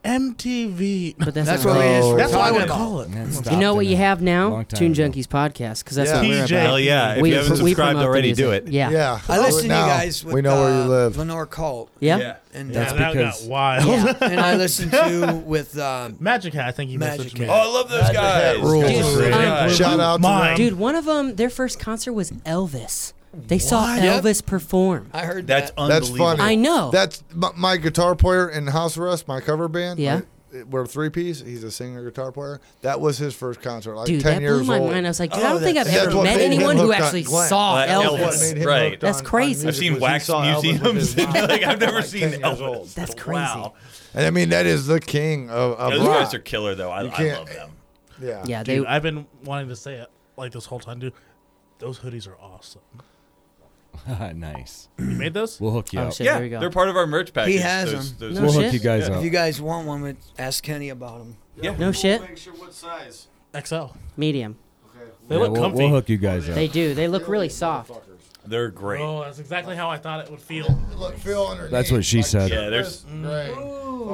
[laughs] MTV. But that's, That's not what right. it is. Oh. We're That's what I talking would about. call it. Man, You stopped know in what a you have now? long time Toon ago. [laughs] Junkies podcast because that's Yeah. what we're TJ. about. Hell yeah. If We- you haven't we promote subscribed the already, do music. it. Yeah. Yeah. Yeah, I do it listen to you now. guys. With, we know where you uh, live. Lenore Colt. Yeah. And Yeah, uh, that because- got wild. yeah, and I listen to with um, [laughs] Magic Hat, I think you Magic messaged me. Oh, I love those guys. rules. Guys, Dude, guys. unbelievable. Shout out to Mine. them. Dude, one of them, their first concert was Elvis. They saw Yep. Elvis perform. I heard That's that. That's unbelievable. funny. I know. That's my, my guitar player in House Arrest, my cover band. Yeah. my- we're three piece. He's a singer, guitar player. That was his first concert, like Dude, ten that blew years my old. mind. I was like, dude, Oh, I don't think I've that's- That's ever what met made him anyone who hooked on actually Glenn. saw Like Elvis. That's what made him Right. hooked That's on- on crazy. music I've seen was he wax saw Elvis with museums. [laughs] his mom like I've never at seen 10 years Elvis. old. That's Wow. And I mean, that is the king of, of Those rock. guys are killer though. I, I can't- love them. yeah. Yeah, they. Dude, I've been wanting to say it like this whole time, dude. Those hoodies are awesome. Ah, nice. You made those? We'll hook you oh up. shit, there we yeah, go. they're part of our merch package. has those, them. Those, No We'll hook shit. you guys If up. you guys want one, we- ask Kenny about him. no shit. sure what size. XL. Medium. They Yeah, look we'll, comfy. we'll hook you guys up. They do. They look really soft. They're great. Oh, that's exactly how I thought it would feel. Look, Phil underneath. That's what she said. Yeah, there's Great.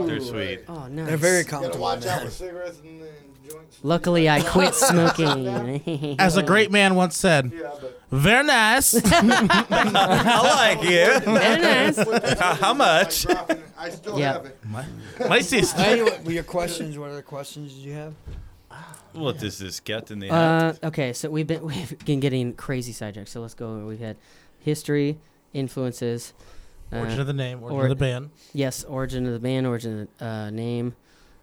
they're sweet. Oh no. They're very Gotta comfortable. watch out man. with cigarettes and, and joints. Luckily, I quit smoking. As a great man once said, Yeah, but very [laughs] nice. I like you. Very nice. How, how much? dropping it. I still Yeah. have it. My sister. Anyway, well, your questions. What other questions did you have? What does this get in the act? Uh, okay, so we've been [laughs] we've been getting crazy sidetracked. So let's go. We've had history, influences, Origin uh, of the name, origin or- of the band. yes, origin of the band, origin of the uh, name.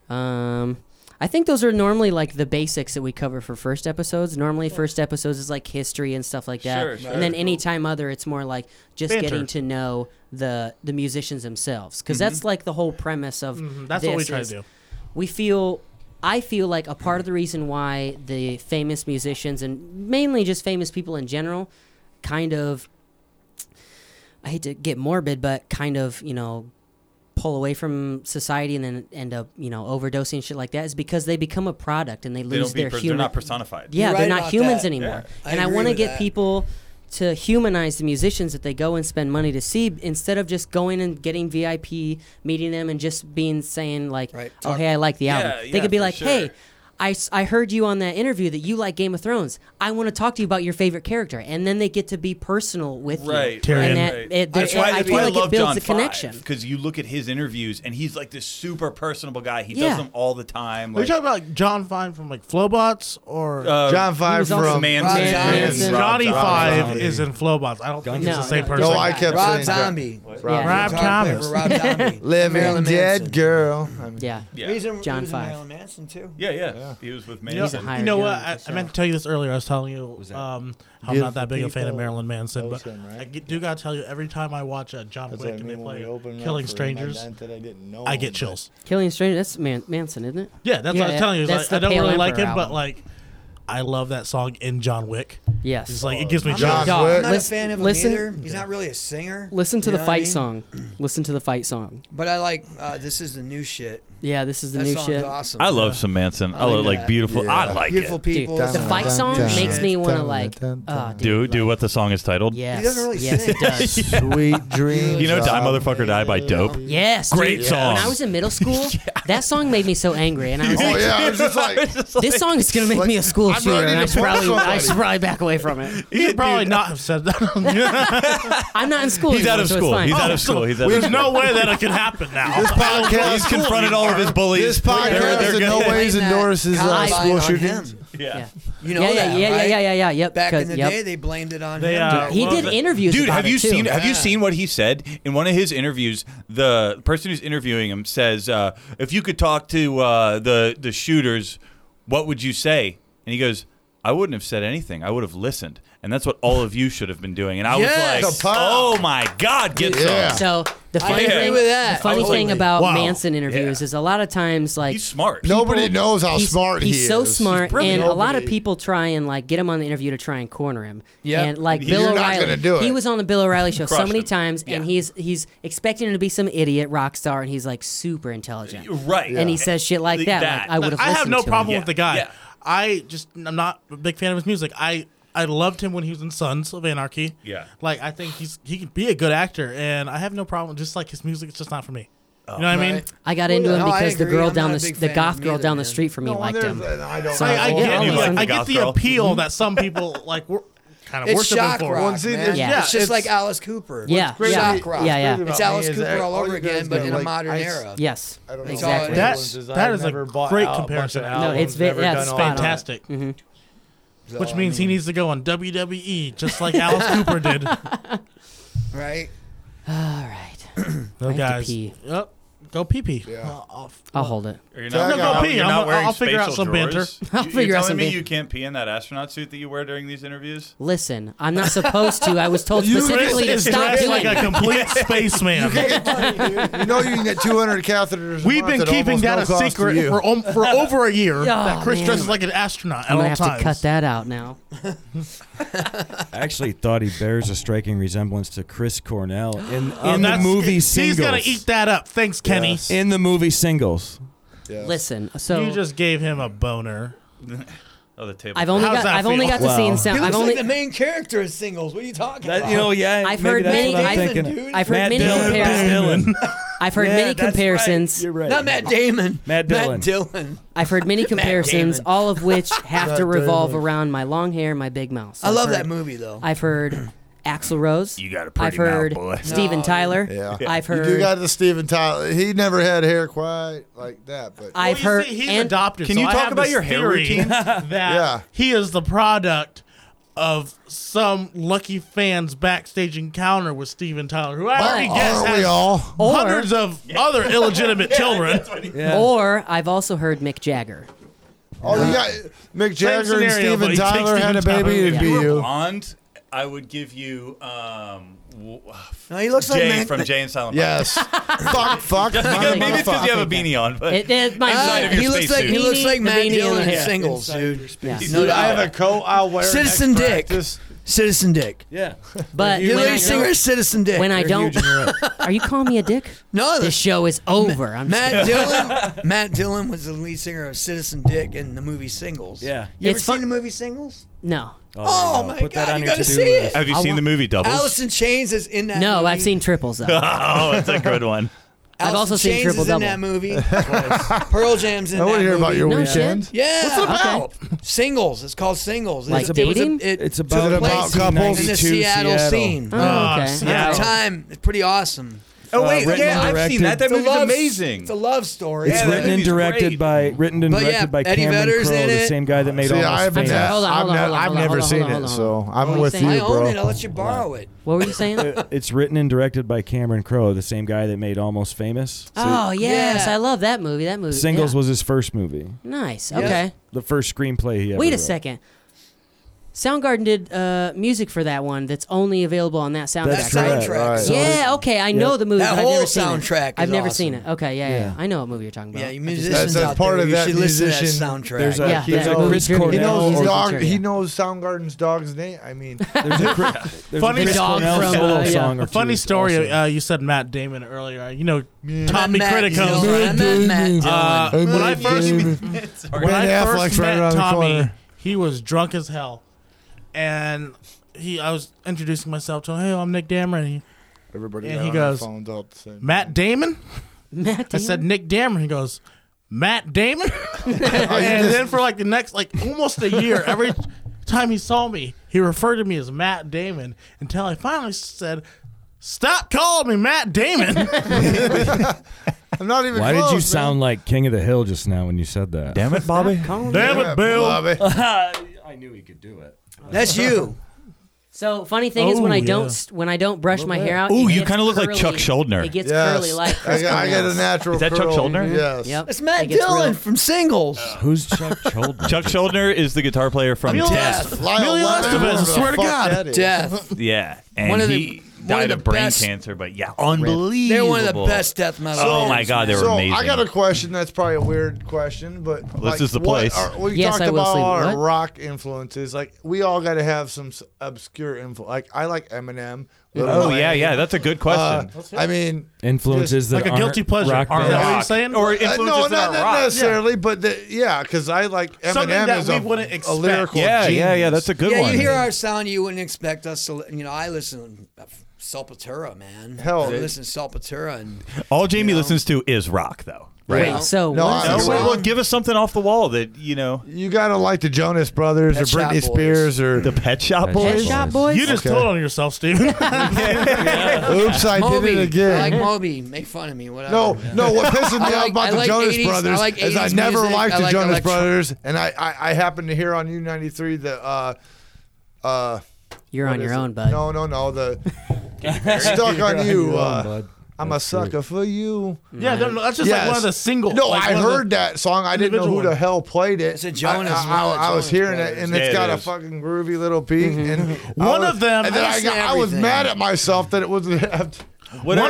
Um, I think those are normally like the basics that we cover for first episodes. Normally, first episodes is like history and stuff like that. Sure, sure. And then anytime other, it's more like just Banter. getting to know the the musicians themselves, because that's like the whole premise of Mhm, Mm-hmm. That's what we this try to is- do. we feel I feel like a part of the reason why the famous musicians and mainly just famous people in general kind of I hate to get morbid but kind of, you know, pull away from society and then end up, you know, overdosing and shit like that is because they become a product and they They lose don't be their pers- they're human not personified. yeah, You're they're right not about humans that. anymore. Yeah. And I I, agree want to with get that. people to humanize the musicians that they go and spend money to see instead of just going and getting VIP, meeting them, and just being saying like, Right. "Oh, hey, I like the album." Yeah, they yeah, could be for like, sure. "Hey." I, s- I heard you on that interview that you like Game of Thrones. I want to talk to you about your favorite character, and then they get to be personal with Right, you. Tyrion. And that, right. it, That's it- why, I that's feel why I like love it builds John the connection. because you look at his interviews and he's like this super personable guy. He Yeah. does them all the time. Are you Like, talking about John Fine from like Flowbots or uh, John Five was also from Manson. Rob Manson. Johnson. Johnny Rob Five Zombie. is in Flowbots. I don't think it's No, the same no, person. No, I kept Rob saying John- Zombie. Rob Yeah. Rob Guitar player Thomas. for Rob [laughs] Zombie. Living Marilyn dead Manson. girl. I mean, Yeah. Yeah. He's in, John he was in Five. Marilyn Manson too. yeah, yeah, He was with You know, He's a Manson. high- you know higher what? guy, I, for I meant to tell you this earlier. I was telling you that? um, how I'm not that big a fan of Beautiful Marilyn Manson, but Ocean, right? I get- do gotta tell you, every time I watch uh, John That's Wick what I and they mean when play we opened Killing up for him, Strangers, I meant that I didn't know I him, get but- chills. Killing Stranger, that's Man- Manson, isn't it? Yeah, that's Yeah, what I yeah, was telling you. It's that's Like, the I don't Pale really like Emperor him, but album. like, I love that song in John Wick. Yes. It's like it gives me John chills. I'm Dog, Wick. not listen- a fan of him listen- either. He's not really a singer. Listen to You the know what I fight mean? song. Listen to the fight song. But I like uh, this is the new shit. Yeah, this is the that new song's shit. awesome. I love some Manson. I like love like that. beautiful. Oh, Yeah. I like beautiful it. people. Dude, The Dun, fight dun, song dun, makes me dun, want to dun, like, dun, ah, dun. dude. Do do what the song is titled. Yes, He doesn't really [laughs] yes, sing. it does. [laughs] Sweet dreams. You know, Die are Motherfucker Die by made Dope. of- yes, Great dude. song. When I was in middle [laughs] school, that song made me so angry, and I was Oh like, yeah, I [laughs] was just like, "This song is gonna make me a school I'm shooter." ready And to I should punch probably, I somebody. should probably back away from [laughs] it. You should probably not have said [laughs] that. [laughs] I'm not in school. He's out anymore, of so it's school. fine. Oh. He's out of school. He's out of There's no school. way that it could happen now. This [laughs] podcast, He's confronted all of his bullies. this They're- podcast they're in no good. ways Blame that endorses uh, combine school on shootings. him. [laughs] Yeah. You know Oh, Yeah, yeah, that, yeah, yeah, right? yeah, yeah, yeah. Yep. Back in 'cause- the yep. day, they blamed it on They, him. uh, He Well, did the- interviews. Dude, about have it, you too. seen have you Yeah. seen what he said in one of his interviews? The person who's interviewing him says, uh, "If you could talk to uh, the the shooters, what would you say?" And he goes, "I wouldn't have said anything. I would have listened." And that's what all of you should have been doing. And I Yes. was The like, pop. "Oh my God, get Yeah. some!" So The funny agree thing, with that. The funny thing Absolutely. about Wow. Manson interviews Yeah. is a lot of times like He's smart. Nobody people- knows how he's, smart he's he so is. He's smart, and brilliant. a lot of Nobody- people try and like get him on the interview to try and corner him. Yeah. and like You're Bill not O'Reilly, gonna do he it. was on the Bill O'Reilly show so Crushed many him. times, and Yeah. he's he's expecting him to be some idiot rock star, and he's like super intelligent, Right. And he says shit like Th- that. that. Like, I would have. I have no problem Yeah, with the guy. yeah. I just I'm not a big fan of his music. I I loved him when he was in Sons of Anarchy. Yeah. like I think he's he could be a good actor, and I have no problem. Just like his music, it's just not for me. you know what I mean? Right. I got Well, into him no, I because the agree. girl I'm down not the a big s- the fan goth of girl either, down the man. streneet from me No, liked there's- him. I don't. So I, I Yeah, get, I'll the- listen. I get the Goth appeal girl. that some people like. We're kind of It's worshiping shock for. rock, Well, see, man. there's- yeah, It's just it's- like Alice Cooper. Yeah, It's yeah, shock rock. yeah, yeah. It's About Alice me is Cooper that all all over you guys again, but know, in a like, modern I- era. Yes, I don't know. Exactly. That's- that is a great comparison. No, it's ve- yeah, it's spot on. Fantastic. So, Which I means he mean, needs to go on WWE just like Alice Cooper [laughs] did. right. All right, No have to guys. pee. Yep. Go pee pee. Yeah. I'll hold it. Are you So I not, got- No, go pee. You're I'm- not wearing I'll figure out spatial some drawers? [laughs] I'll You- figure You're out telling some me ban- you can't pee in that astronaut suit that you wear during these interviews? Listen, I'm not supposed to. I was told You- specifically to Chris is stop dressed doing like a it. complete spaceman. you know you can get 200 catheters. a We've month been at keeping almost that no a cost to secret you. for, om- for over a [laughs] year. that Chris Oh, man. dresses like an astronaut at I'm all gonna have times. to cut that out now. I actually thought he bears a striking resemblance to Chris [gasps] Cornell in, Oh, And in the Oh, that's- movie Singles. He's gonna eat that up. Thanks, Kenny. Yes. in the movie Singles. Yes. Listen, so you just gave him a boner. Oh, the table. I've only How's got that I've only feel? got to see Wow. and He sound. looks I've only like the main character in singles. What are you talking That, about? you know, yeah. I've maybe heard that's many- What I'm I've- thinking of. Dude, I've heard Matt many Dillon. comparisons. Dylan. I've heard [laughs] Yeah, many that's right. comparisons. You're right. Not Matt Damon. Matt Dillon. Matt Dillon. I've heard many comparisons, Damon. all of [laughs] which have to Matt revolve Damon. around my long hair, and my big mouth. So I I've love heard- that movie though. I've [clears throat] heard Axl Rose. You got a pretty I've heard mouth, boy. Steven No. Tyler. Yeah. I've heard. You do got the Steven Tyler. He never had hair quite like that, but I've Well, Oh, you heard. see, he's and adopted. Can so you I talk have about this your hair theory [laughs] [laughs] routine? That Yeah. he is the product of some lucky fan's backstage encounter with Steven Tyler, who I already But guess Oh, are has we all? hundreds [laughs] of other illegitimate children. Yeah. Or I've also heard Mick Jagger. oh, you got Mick Jagger scenario, and but Steven he takes Tyler had a Steven baby. Tyler. It'd be you were you. blonde, I would give you um, w- no, he looks like Jay Matt. from Jay and Silent Bob. Yes. fuck. Fuck. Yeah, maybe it's because you have a Motherfucker. beanie on, but It, it might Ah, Inside of your be. he looks space like suit. he looks Beanie- like the Matt beanie Dillon and in the- singles, dude. Yeah. Dude, I have a coat. I'll wear. Citizen next Dick. practice. Citizen Dick. Yeah. But You when lady I singer don't, is Citizen Dick. when I don't are you calling me a dick? no, This the show [laughs] is over. I'm just- [laughs] Matt Dillon. Matt Dillon was the lead singer of Citizen Dick in the movie Singles. Yeah. You It's ever fun- seen the movie Singles? no, Oh, no. my Put that God, on you your gotta to-do see it. list. have you seen the movie Doubles? Allison Chains is in that. no, movie. I've seen triples though. [laughs] oh, it's a good one. I've Allison also seen Chains Triple is Double. in [laughs] that movie. Pearl Jam's in I that want to movie. hear about your No weekend. shit. Yeah. What's it about? Singles. It's called Singles. Like it's, dating? It was a, it, It's Is about, it about place couples? in the 1992 Seattle, Seattle. scene. Uh, Oh, Ah, okay. Seattle. At Yeah. the time, it's pretty awesome. Oh wait, Uh, written yeah, and I've seen directed. that. That [laughs] It's a movie's love- amazing. It's a love story. It's Yeah, that written and movie's directed great. by written and But directed yeah, by Eddie Cameron Vedder's Crowe, in the it. same guy that made See, all the I've, I'm ne- sorry, hold on, I've, hold on, ne- hold on, I've hold on, never hold on, seen hold on, it, hold so What I'm are you with saying? I you, own it. I'll bro. let you borrow it. What were you saying? It's written and directed by Cameron Crowe, the same guy that made Almost Famous. oh yes, Yeah. I love that movie. That movie. Singles yeah. was his first movie, nice. Yes. Okay. the first screenplay he ever Wait a wrote. second. Soundgarden did uh, music for that one. That's only available on that soundtrack. That's right? correct. Right. soundtrack. So yeah. Okay. I know the movie. That but I've whole never seen it. soundtrack is I've never awesome. seen it. Okay. Yeah, yeah. Yeah. I know what movie you're talking about. Yeah, you I just- musicians That's- that's out part there, of you that should listen to musician- that soundtrack. There's a, Yeah, there's that a movie Chris trivia. He Now Cornell. he's knows in dog. Ontario. He knows Soundgarden's dog's name. I mean, [laughs] There's a Chris, there's Funny a Chris dog Cornell from, solo uh, yeah. song or A funny two story. also. Uh, you said Matt Damon earlier. You know, Tommy Matt Critico. Dillon. I met Matt Uh, Dillon. when I Matt first [laughs] Sorry. when I Ben first Affleck's right met around the Tommy, corner. he was drunk as hell, and he I was introducing myself to him. Hey, I'm Nick Damron. He, everybody Yeah, got he on their goes, phones all at the same. Matt Damon. Matt I said Damon? Nick Damron. He goes. Matt [laughs] Damon, [laughs] Oh, and then for like the next like almost a year, every time he saw me, he referred to me as Matt Damon until I finally said, "Stop calling me Matt Damon." I'm not even. Why close, did you man. sound like King of the Hill just now when you said that? Damn it, [laughs] Bobby. Damn Yeah, it, Bill. Bobby. I knew he could do it. That's you. So funny thing is when Oh, I yeah. don't st- when I don't brush my hair out. Ooh, it you gets kinda look like curly. Chuck Schuldiner. It gets Yes. curly like I Chris got, I got a Cornell's. natural. Is that Chuck curl. Schuldiner? Yes. Yep. That's It Matt gets real- Dillon from Singles. Who's Chuck Choldner? Chuck Schuldner is the guitar player from Real Death. ass. Lyle Emilio Lemon, Estevez, I whatever the swear to [laughs] fuck God. that is. Death. Yeah, and One of the- he one died of of, the brain best- cancer, but yeah, unbelievable. They're one of the best death metal. Oh bands, my God, they man. were so amazing. I got a question that's probably a weird question, but this is the place. we Yes, talked I will about say, all our what? rock influences. Like we all got to have some s- obscure influence. Like I like Eminem. Lil Oh Wayne. yeah, yeah, that's a good Uh, question. I mean, Influences Like that a guilty aren't pleasure. rock Aren't bands. that what you're Rock. saying? or uh, influences no, that not, aren't not rock. necessarily, but the, yeah, because I like Eminem Something that is we a, wouldn't expect. a lyrical Yeah, genius. yeah, yeah, that's a good yeah, one. you hear our sound, you wouldn't expect us to. li- You know, I listen to Sepultura, man. Hell, I dude. listen to Sepultura, and All Jamie you know. listens to is rock, though. Right. Yeah. Wait, so No, what's I- No, the That's well, wrong. well, song? give us something off the wall that you know You gotta like the Jonas Brothers Pet or Shop Britney Boys. Spears or the Pet Shop Pet Boys. Pet Shop Boys? You just Okay. told on yourself, Steven. [laughs] Oops, I Moby. did it again. I like Moby. Make fun of me. Whatever. No, no. What pisses me I like- off I about the like Jonas 80s Brothers I like is I 80s never music. liked I the like Jonas electro- Brothers, and I, I I happened to hear on U ninety three the uh uh You're what on your is it? own, bud. No, no, no. The [laughs] stuck on you. Uh, I'm a That's true. sucker for you. yeah, no, no, that's just like Yes. one of the singles. No, Like, I one of the- heard that song. I didn't know who individual the one. hell played it. It's a Jonas- I, I, I, I was Jonas hearing Brothers. it, and Yeah, it's it got a is. fucking groovy little beat. And I Mm-hmm. One was- of them- And then I, Listen got, to I was everything. mad at myself that it was. [laughs] One of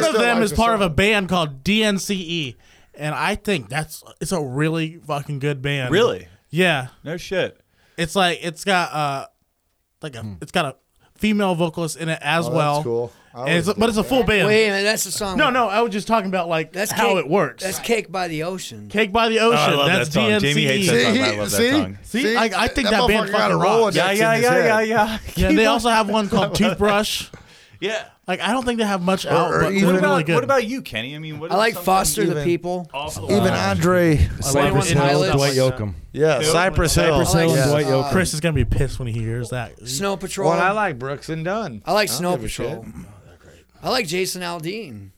still them like is the part of a song. band called DNCE, E, and I think that's it's a really fucking good band. Really? Yeah. No shit. It's like it's got uh like a it's got a female vocalist in it as Hmm. Oh, that's well. cool. I And it's, always but it's a full band. Wait a minute. That's the song. No, no, I was just talking about like That's how cake, it works. That's Cake by the Ocean. Cake by Oh, the Ocean. I love that's that song. DNCE. Jamie hates that song. I love that see, song. See, I- I think that band motherfucker got a fucking rocks. Rolodex Yeah, in yeah, his yeah, head. yeah, yeah. Yeah, they also have one called Toothbrush. Yeah. Like I don't think they have much out, or but they're What even Really really about, good. what about you, Kenny? I mean, what I is like something Foster the even- People. off the Even wall? Andre. Cypress Hill, Hill, Pilots. Dwight Yoakum. Yeah, Hill. Cypress Hill. Cypress Hill yeah. and Dwight Yoakam. Oh, Chris is gonna be pissed when he hears that. Snow Patrol. Well, I like Brooks and Dunn. I like don't Snow give a Patrol. shit. I like Jason Aldean.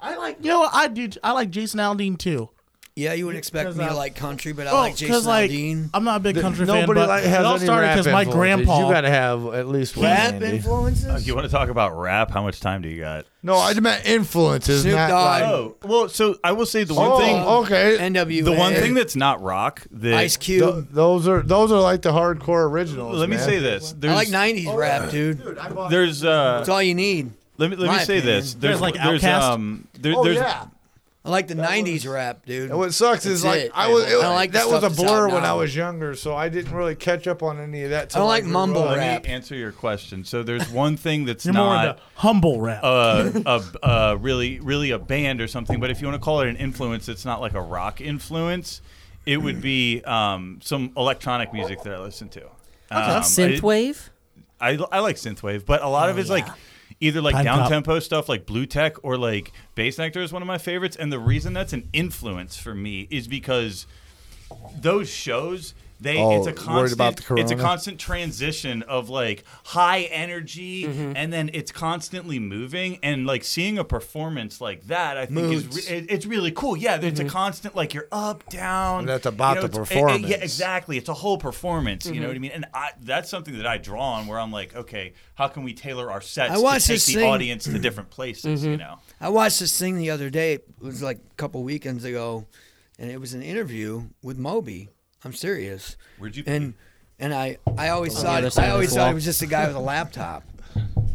I like you know what? I do I like Jason Aldean too. Yeah, you wouldn't expect 'Cause me I- to like country, but I Oh, like Jason like Aldean. I'm not a big country fan, Nobody but like, it has all any started rap because my influences. grandpa. You gotta have at least one. Rap Andy. influences. If you want to talk about rap, how much time do you got? No, I just meant influences. Snoop not Dogg. like- Oh, well, so I will say the one Oh, thing. okay. NWA. The one thing that's not rock that Ice Th- Cube. those are those are like the hardcore originals. Let me man. say this. There's I like '90s rap, dude. there's uh That's all you need. let me let me my say opinion. this. There's, There's like, there's Outkast. um there, Oh there's yeah. I like the '90s rap, dude. And what sucks is That's like it. I was it, I like the that was a stuff that's out blur when now. I was younger, so I didn't really catch up on any of that. till I like grew mumble up. let rap. me answer your question. So there's one thing that's You're more not into humble rap. Oh, a, a, a really really a band or something, but if you want to call it an influence, it's not like a rock influence. It would be um, some electronic music that I listen to. Um, Synthwave? I, I, I like synthwave, but a Oh, lot of it's like either like Time Cop. down tempo stuff like Blue Tech or like Bass Nectar is one of my favorites. And the reason that's an influence for me is because those shows they Oh, it's a worried constant about the it's a corona? constant transition of like high energy Mm-hmm. and then it's constantly moving and like seeing a performance like that I think is Moods. re- it, it's really cool yeah it's a constant like you're up down Mm-hmm. And that's about the it's- yeah performance. exactly it's a whole performance you know Mm-hmm. what I mean and I, that's something that I draw on where I'm like okay how can we tailor our sets I to watched take this the thing- Mm-hmm. audience to [clears throat] different places you know I watched this thing the other day. It was like a couple weekends ago, and it was an interview with Moby. I'm serious. Where'd you- And and I I always other thought side I of always the thought wall. it was just a guy with a laptop.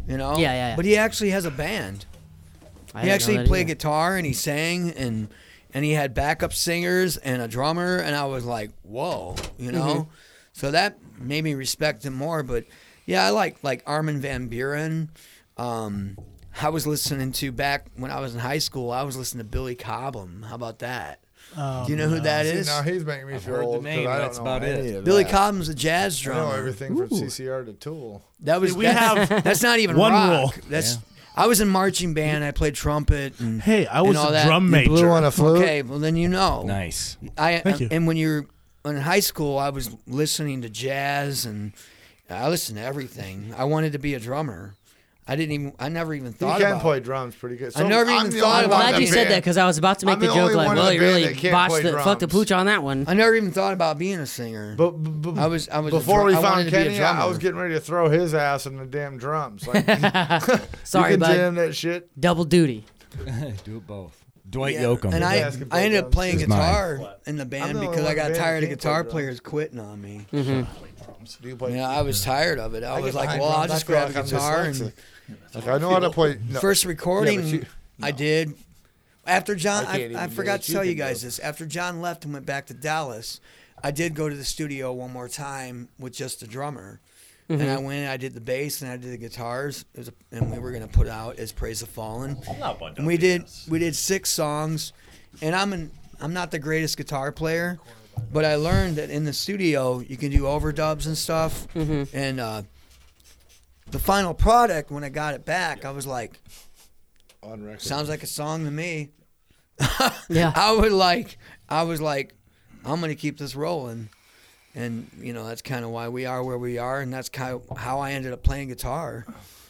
You know. Yeah, yeah, yeah. But he actually has a band. I didn't He know actually that played either. guitar and he sang and and he had backup singers and a drummer and I was like, whoa, you know. Mm-hmm. So that made me respect him more. But yeah, I like like Armin van Buren. Um, I was listening to back when I was in high school. I was listening to Billy Cobham. How about that? Do you know who that Oh, See, is? now he's making me feel heard the old 'cause name, I don't that's know about any it. of Billy that. Cobham's a jazz I know drummer. everything from CCR to Tool. That was We that's, have [laughs] that's not even one rock. rule. That's I was in marching band. I played trumpet. And, hey, I and was all a that. drum major. Blue on a flute. Okay, well then you know. Nice. I Thank you. and when you're in high school, I was listening to jazz and I listened to everything. I wanted to be a drummer. I didn't even. I never even He thought can about. play it. drums pretty good. I never I'm even the thought only I'm about one that glad you band. in said that because I was about to make I'm the, the joke only like, one in well, the you band really that can't botched play the fuck the drums. pooch on that one. I never even thought about being a singer. But, b- b- I was. I was a before dru- we I found wanted to be a Kenny, I I drummer. was getting ready to throw his ass in the [laughs] damn drums. Like, you Sorry, can bud. jam that shit. Double duty. Do it both. Dwight Yeah, Yoakam. And I, Basketball I ended up drums. playing Is mine. guitar in the I'm band the only because one I in got the band tired of that can't play guitar drums. players quitting on me. Do you play? Yeah, I was tired of it. I, I was get like, behind well, I'll drums, I just feel grab a like I'm guitar. And dyslexic. Like, I know how [laughs] to play. No. First recording you- I did. After John, I I, can't even I, do forgot what to you tell you can do. guys this. After John left and went back to Dallas, I did go to the studio one more time with just the drummer. And I went and I did the bass and I did the guitars. It was a, and we were going to put out as Praise the Fallen. And we did we did six songs, and I'm an I'm not the greatest guitar player, but I learned that in the studio you can do overdubs and stuff. And uh, the final product, when I got it back, I was like, on record. sounds like a song to me. Yeah. [laughs] I would like I was like, I'm gonna keep this rolling. And you know that's kind of why we are where we are, and that's kind of how I ended up playing guitar.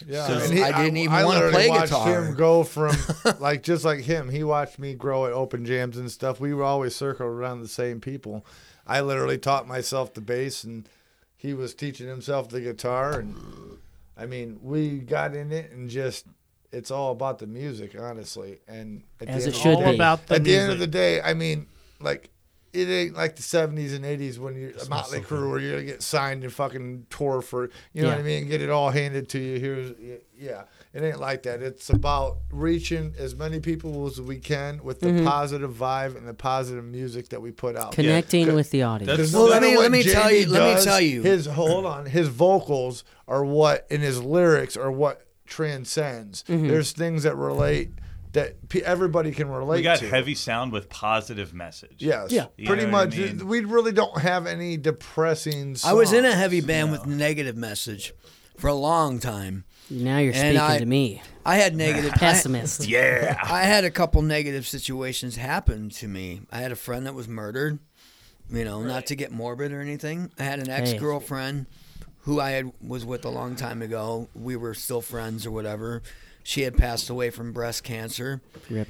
Yeah, So and he- I didn't even I wanna literally play watched guitar. Him [laughs] go from like just like him, he watched me grow at open jams and stuff. We were always circled around the same people. I literally taught myself the bass, and he was teaching himself the guitar. And I mean, we got in it and just it's all about the music, honestly. And at As the it end, should all be. about- about the at the end of the music. day, I mean, like. It ain't like the '70s and '80s when you're a Motley Crue, where you're gonna get signed and fucking tour for, you know what I Yeah. mean, get it all handed to you. Here's, yeah, it ain't like that. It's about reaching as many people as we can with the Mm-hmm. positive vibe and the positive music that we put out. Connecting Yeah. with the audience. That's- 'Cause Well, let matter me- what let me tell Jamie you- let me does, tell you. His hold on, his vocals are what, and his lyrics are what transcends. Mm-hmm. There's things that relate that pe- everybody can relate. We got to. heavy sound with positive message. Yes. Yeah. You Pretty know what I much. mean? We really don't have any depressing. Songs. I was in a heavy band with negative message for a long time. now you're And speaking I- to [laughs] me, I [laughs] had negative I, pessimist. Yeah. I had a couple negative situations happen to me. I had a friend that was murdered. You know, not to get morbid or anything. I had an ex girlfriend who I had was with a long time ago. We were still friends or whatever. She had passed away from breast cancer. Rip.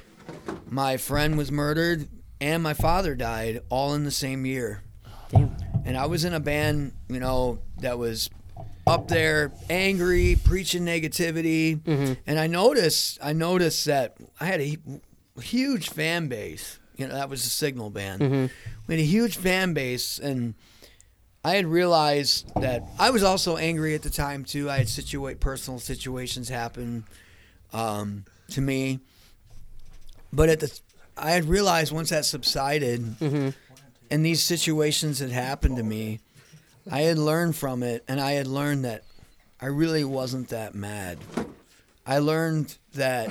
My friend was murdered, and my father died all in the same year. Damn. and I was in a band, you know, that was up there, angry, preaching negativity, and I noticed, I noticed that I had a hu- huge fan base. You know, that was the Signal band. We had a huge fan base, and I had realized that I was also angry at the time too. I had situate personal situations happen um, to me, but at the I had realized once that subsided and these situations had happened to me, I had learned from it, and I had learned that I really wasn't that mad. I learned that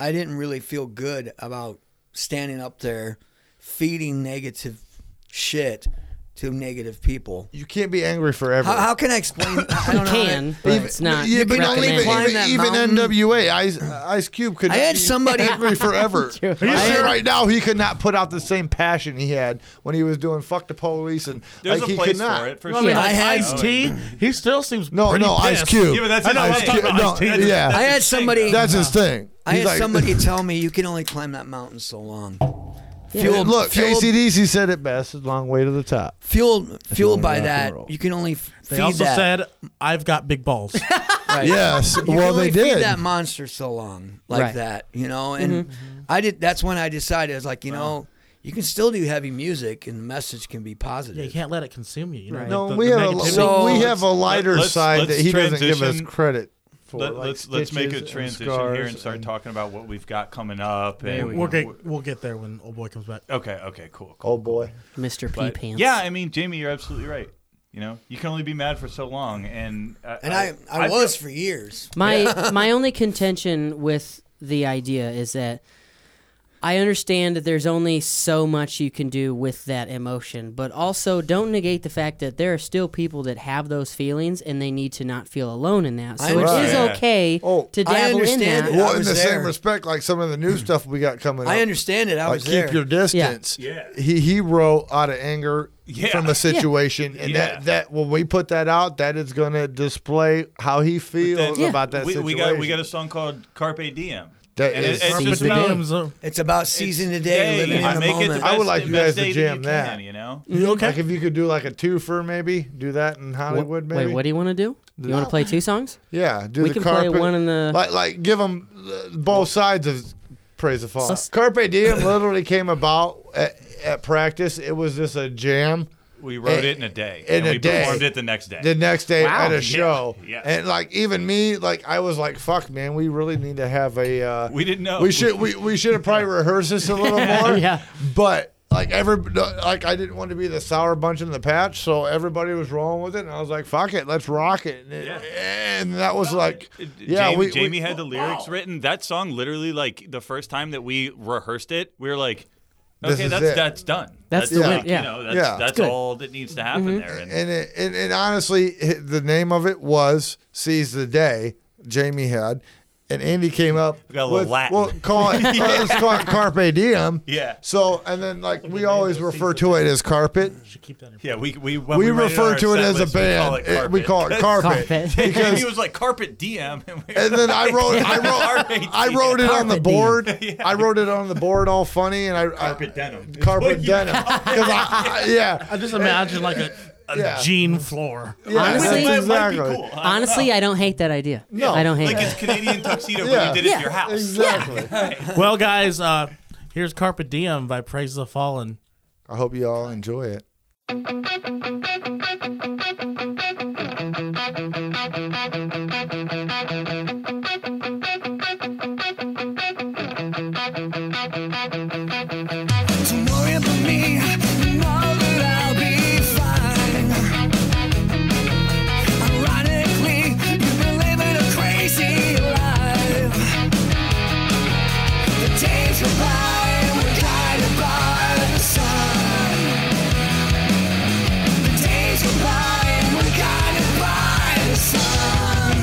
I didn't really feel good about standing up there feeding negative shit to negative people. You can't be angry forever. How, how can I [laughs] explain? I You don't know. how to- can, but it's not. Yeah, but can not even, recommended. climb even, that even mountain. NWA, Ice, uh, Ice Cube could. I not had be somebody- [laughs] angry forever. True. Are you I saying had- right now he could not put out the same passion he had when he was doing "fuck the police" and There's like a he place could not. for it. For You know sure. what I mean? I Like had- Ice T, he still seems No, pretty no, pissed. Ice Cube. Yeah, but that's I know, his Ice thing. Cube. No, Ice T, that's- yeah, I had his thing, somebody. that's his thing. I He's had like- somebody tell me you can only climb that mountain so long. Fueled- Look, fueled- ACDC said it best: "It's a long way to the top." fueled fueled by rock and that. roll. You can only f- They feed also that. said, "I've got big [laughs] balls." right. Yes, You well can only they did. Mm-hmm. feed that monster so long like Right. that, you know. And I did. That's when I decided I was like, you know, you can still do heavy music and the message can be yeah, you positive. can't let it consume you. you know, Right. no, like the- we the have a negativity. So we have a lighter let's- side let's that he doesn't give us transition- credit for. Let, like us let's make a stitches and transition here and scars start talking about what we've got coming up. And We'll get we'll get there when old boy comes back. okay, okay, cool, cool. Oh boy. Mr. P But- Pants. Yeah, I mean, Jamie, you're absolutely right. You know, you can only be mad for so long, and uh, And I, I, was for years. My my only contention with the idea is that I understand that there's only so much you can do with that emotion, but also don't negate the fact that there are still people that have those feelings and they need to not feel alone in that. I So it is understand. okay Oh, to I dabble in understand that. it. Well, I in was the there. same respect, like some of the new stuff we got coming. I up, understand it. I like was keep there. your distance. Yeah. He he wrote out of anger [laughs] Yeah. from a situation, and Yeah. that that when we put that out, that is going to display how he feels Yeah. about that we, situation. we got we got a song called Carpe Diem. That and it- is- it's Carpe just But about- now- so- It's about seizing the day, Hey, living I in the make it the moment. I would best- like the you guys best to day jam you that. Can, you know, Mm-hmm. You okay? Like if you could do like a twofer, maybe do that in Hollywood. Wait, maybe what do you want to do? You want to play two songs? Yeah, do We the can play carpet. one in the- like like give them both uh, sides of Praise the Fall. Sus- Carpe Diem literally came about at, at practice. It was just a jam. We wrote Eh, it in a day. in and a we day. performed it the next day. The next day Wow. at a show, yes. and like even me, like I was like, "Fuck, man, we really need to have a." Uh, We didn't know. We should we, we should [laughs] have probably rehearsed this a little more. Yeah. But like every like I didn't want to be the sour bunch in the patch, so everybody was rolling with it, and I was like, "Fuck it, let's rock it." And, it- and that was like, yeah, Uh, Jamie, we, Jamie we- had the lyrics written. That song literally, like the first time that we rehearsed it, we were like, This "Okay, is that's it. that's done. That's the like, win- yeah. you know, that's, Yeah. that's Good. Mm-hmm. all that needs to happen there." And, and it, and, and honestly, it- the name of it was "Seize the Day." Jamie had, and Andy came up. We got a little with, Latin. Well, call [laughs] it, let's call it Carpe Diem. Yeah. So, and then like we always refer to it as carpet. Should keep that in yeah, we we when We, write in refer our to it set as a list, band. It- We call [laughs] it [laughs] carpet. Carpet. And because- he was like carpet DM, [laughs] and, we And then I wrote, I [laughs] wrote, I wrote it on the Carpet board. I wrote it on the board, all funny, and I carpet I, denim. [laughs] carpet denim. 'Cause I- I- yeah, I just imagine like a, a Yeah. [laughs] jean floor. yeah, Honestly- that's It might be exactly. cool. I don't Honestly, I don't hate that idea. No. I don't hate Like it. his Canadian tuxedo, Yeah. but you did it Yeah. at your house. Exactly. well, guys, uh, here's Carpe Diem by Praise the Fallen. I hope you all enjoy it. Don't worry about me, know that I'll be fine. Ironically, you've been living a crazy life. The days go by, we're guided by the sun. The days go by, we're guided by the sun.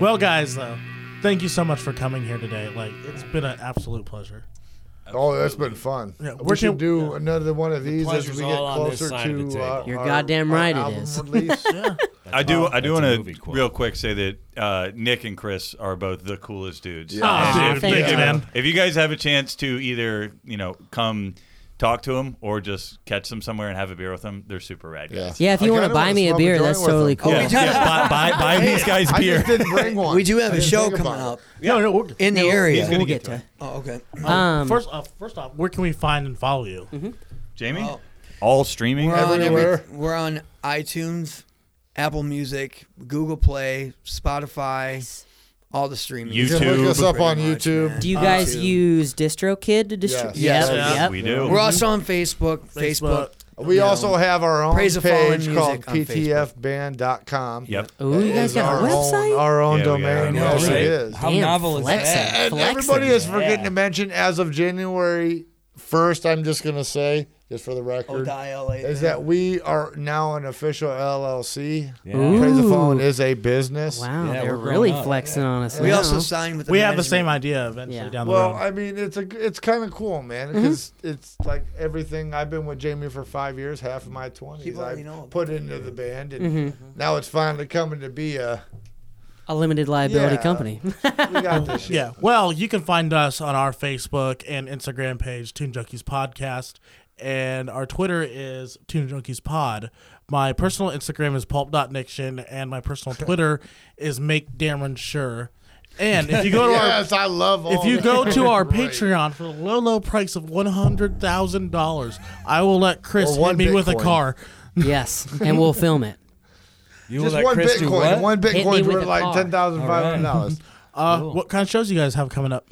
Well, guys, though, thank you so much for coming here today. Like, it's been an absolute pleasure. Oh, that's been fun. Yeah, we're we should gonna- do another one of these as pleasure's we get all on this closer side of the to. Uh, table. You're our- goddamn our right it album is. [laughs] release. I do. I do That's a want movie to quote. real quick say that uh, Nick and Chris are both the coolest dudes. Aw, And dude, if, Ah, thank you, man. if you guys have a chance to either you know come talk to them or just catch them somewhere and have a beer with them, they're super rad guys. Yeah, if you I want to kinda buy wanna me a smoke a beer, joint that's with totally them. cool. Yeah, yeah, buy, buy, buy these guys I beer. just [laughs] didn't bring one. We do have I a didn't show think about coming it. up No, no, we're- in the area. We'll get to. Oh, okay. Oh, Um, Mhm. first off, first off, where can we find and follow you? Jamie, Oh. all streaming. We're on, Everywhere. every, we're on iTunes, Apple Music, Google Play, Spotify, all the streaming. You You YouTube. can look us up Pretty on much, YouTube. man. Do you guys Uh, use DistroKid to distribute? Yes. Yep, Yes. yep. We do. We're also on Facebook. Facebook. We Yeah. also have our own Praise the Fallen page Music called on Facebook. ptfband.com. Yep. Ooh, you It guys is got a our website? Own, our own Yeah, we got our domain. own Yes, website. it is. How Damn, novel is flexing, that? And flexing. everybody is forgetting Yeah. to mention as of January 1st, I'm just going to say, just for the record, Oh, is that we are now an official LLC. Yeah. Praise the Phone Ooh. is a business. Wow, Yeah, they're we're growing really up. flexing on us. We now. also signed with. The We have the same management. idea eventually Yeah. down the Well, road. I mean, it's a g- it's kind of cool, man, Mm-hmm. because it's like everything. I've been with Jamie for five years, half of my twenties. People I already know about put into the band, and Mm-hmm. now it's finally coming to be a. a limited liability Yeah. company. [laughs] We got this. shit. [laughs] yeah. Well, you can find us on our Facebook and Instagram page, Tune Junkies Podcast, and our Twitter is Tune Junkies Pod. My personal Instagram is pulp.niction, and my personal Twitter is Make Darren Sure. And if you [laughs] go to our Yes, I love. All If you that. go to our Great. Patreon for the low, low price of one hundred thousand dollars, I will let Chris Or hit one me with a Bitcoin. car. yes, and we'll film it. You will just let one Chris do Bitcoin, what? one me Bitcoin's with worth a like car. ten thousand five [laughs] hundred Uh, dollars. Cool. What kind of shows you guys have coming up?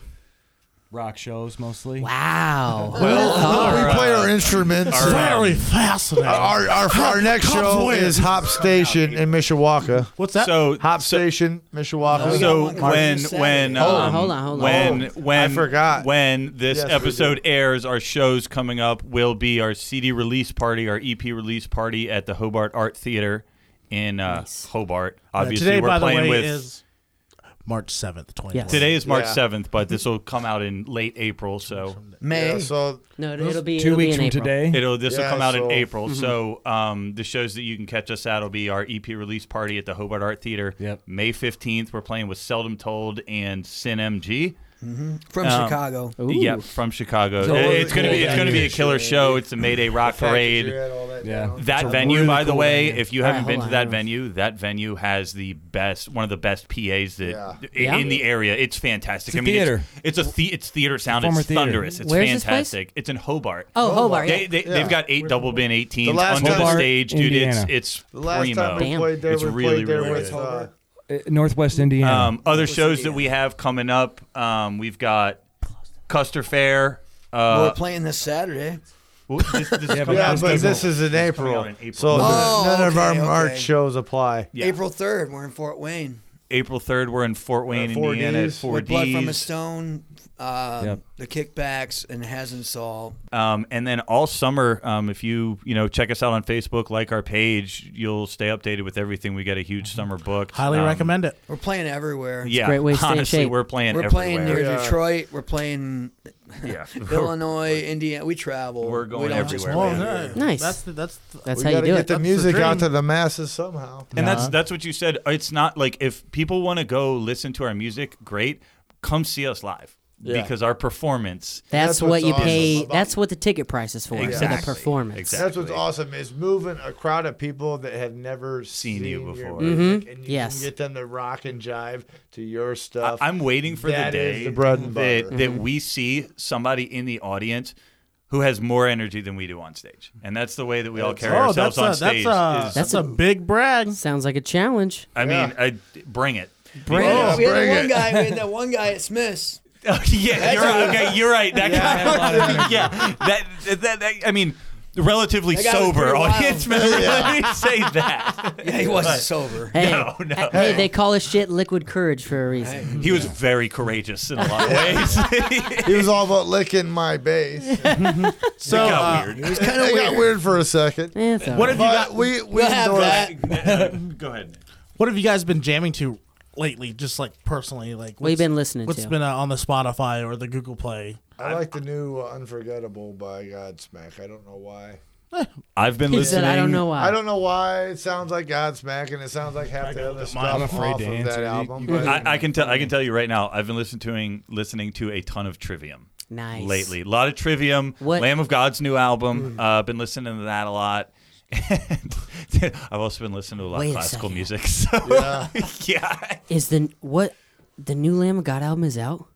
Rock shows [laughs] mostly. Wow. we play our instruments. Very fascinating. Our, our, our next show Cowboys. is Hop Station in Mishawaka. What's that? So Hop so- Station, Mishawaka. So got one when Saturday. when Hold um, on, hold on, hold on. when Oh, when I forgot. when this Yes, we episode do. airs, our shows coming up will be our CD release party, our EP release party at the Hobart Art Theater in uh, Hobart. Uh, Obviously, today, we're by the playing way, with is March seventh, twenty twenty. today is March Yeah. seventh, but this will come out in late April, so May. Yeah, so No, it- it'll be 2 it'll be weeks in from April. today. it'll this will Yeah, come out in so- April. So um, the shows that you can catch us at will be our EP release party at the Hobart Art Theater. Yep. May fifteenth, we're playing with Seldom Told and Sin MG. from Um, Chicago. Ooh. Yeah, from Chicago. So It- what it's was gonna the be it's venue? gonna be a killer show. It's the Mayday Rock Package, you Parade. had all that Yeah. down. That It's a venue, really by the cool way, venue. if you All right, haven't been hold to on, that hold on. venue, that venue has the best, one of the best PA's that Yeah. in, Yeah. in the area. It's fantastic. It's a I mean, theater. It's, it's a the, it's theater sound. Former It's theater. thunderous. It's Where's this place? fantastic. It's in Hobart. Oh, Hobart. They, Yeah. they, Yeah. They've got eight double bin 18s The last on the time- stage, dude. Indiana. It's it's The last primo. time we Damn. played there, It's we really, played there really with good. uh, Uh, Northwest Indiana. Um, other shows that we have coming up, um, we've got Custer Fair. We're Uh, playing this Saturday. well, this- this is Yeah, coming yeah, out It's but April. this is in coming April, out in April. so Oh, none of our okay, March okay. shows apply. Yeah. April third, we're in Fort Wayne. April 3rd, we're in Fort Wayne, Uh, 4Ds. Indiana at 4 with Blood from a D's. Stone, uh, Yep. the kickbacks, and hasn't saw. Um, and then all summer, um, if you, you know, check us out on Facebook, like our page, you'll stay updated with everything. We got a huge Mm-hmm. summer booked. Highly Um, recommend it. We're playing everywhere. Yeah. great way to stay in honestly, shape. we're playing We're everywhere. playing near Yeah. Detroit. We're playing [laughs] yeah. Illinois, Indiana. We travel. We're We going don't just everywhere, play man. here. Nice. That's the, that's the, That's we how you gotta do get it. the That's the music out dream. to the masses somehow. And that's that's what you said. It's not like if people want to go listen to our music, great. Come see us live Yeah. because our performance. That's, That's what what's you awesome pay. about- That's what the ticket price is for. Exactly. For the performance. Exactly. That's what's awesome is moving a crowd of people that have never Seen seen, you your before. music, and you Yes. can get them to rock and jive to your I, stuff. I'm waiting for That the is day the bread and that, butter. that we see somebody in the audience who has more energy than we do on stage, and that's the way that we all carry oh, ourselves that's on a, that's stage. a is- that's a big brag. Sounds like a challenge. I mean, Yeah. I, bring it. [laughs] We Bring had, Yeah, we had bring that one it. guy. We had that one guy at Smith's. Oh, yeah, you're right. Okay, you're right. That guy. yeah, that, that, that, I mean, relatively That guy was sober pretty wild. audience member. Let me say [laughs] that. Yeah, he wasn't sober. Hey, No, no. uh, hey, they call this shit liquid courage for a reason. He was very courageous in a lot of ways. [laughs] he was all about licking my bass. it So It uh, got weird. [laughs] kind of got weird for a second. Eh, it's all what have right. you But got? we we We'll have endorse- that. Go ahead. What have you guys been jamming to lately? Just like personally, like What you what's- been listening What's to? been uh, on the Spotify or the Google Play? I like the new uh, Unforgettable by Godsmack. I don't know why. I've been He listening. said, I don't know why. I don't know why it sounds like Godsmack and it sounds like half the other stuff I'm afraid off to of answer. that You- album. you- but- I, I can tell. I can tell you right now. I've been listening to listening to a ton of Trivium Nice. lately. A lot of Trivium. What- Lamb of God's new Mm. album. Uh, been listening to that a lot. [laughs] And I've also been listening to a lot Wait a of classical second. music. [laughs] So Yeah. yeah, Is the what the new Lamb of God album is out?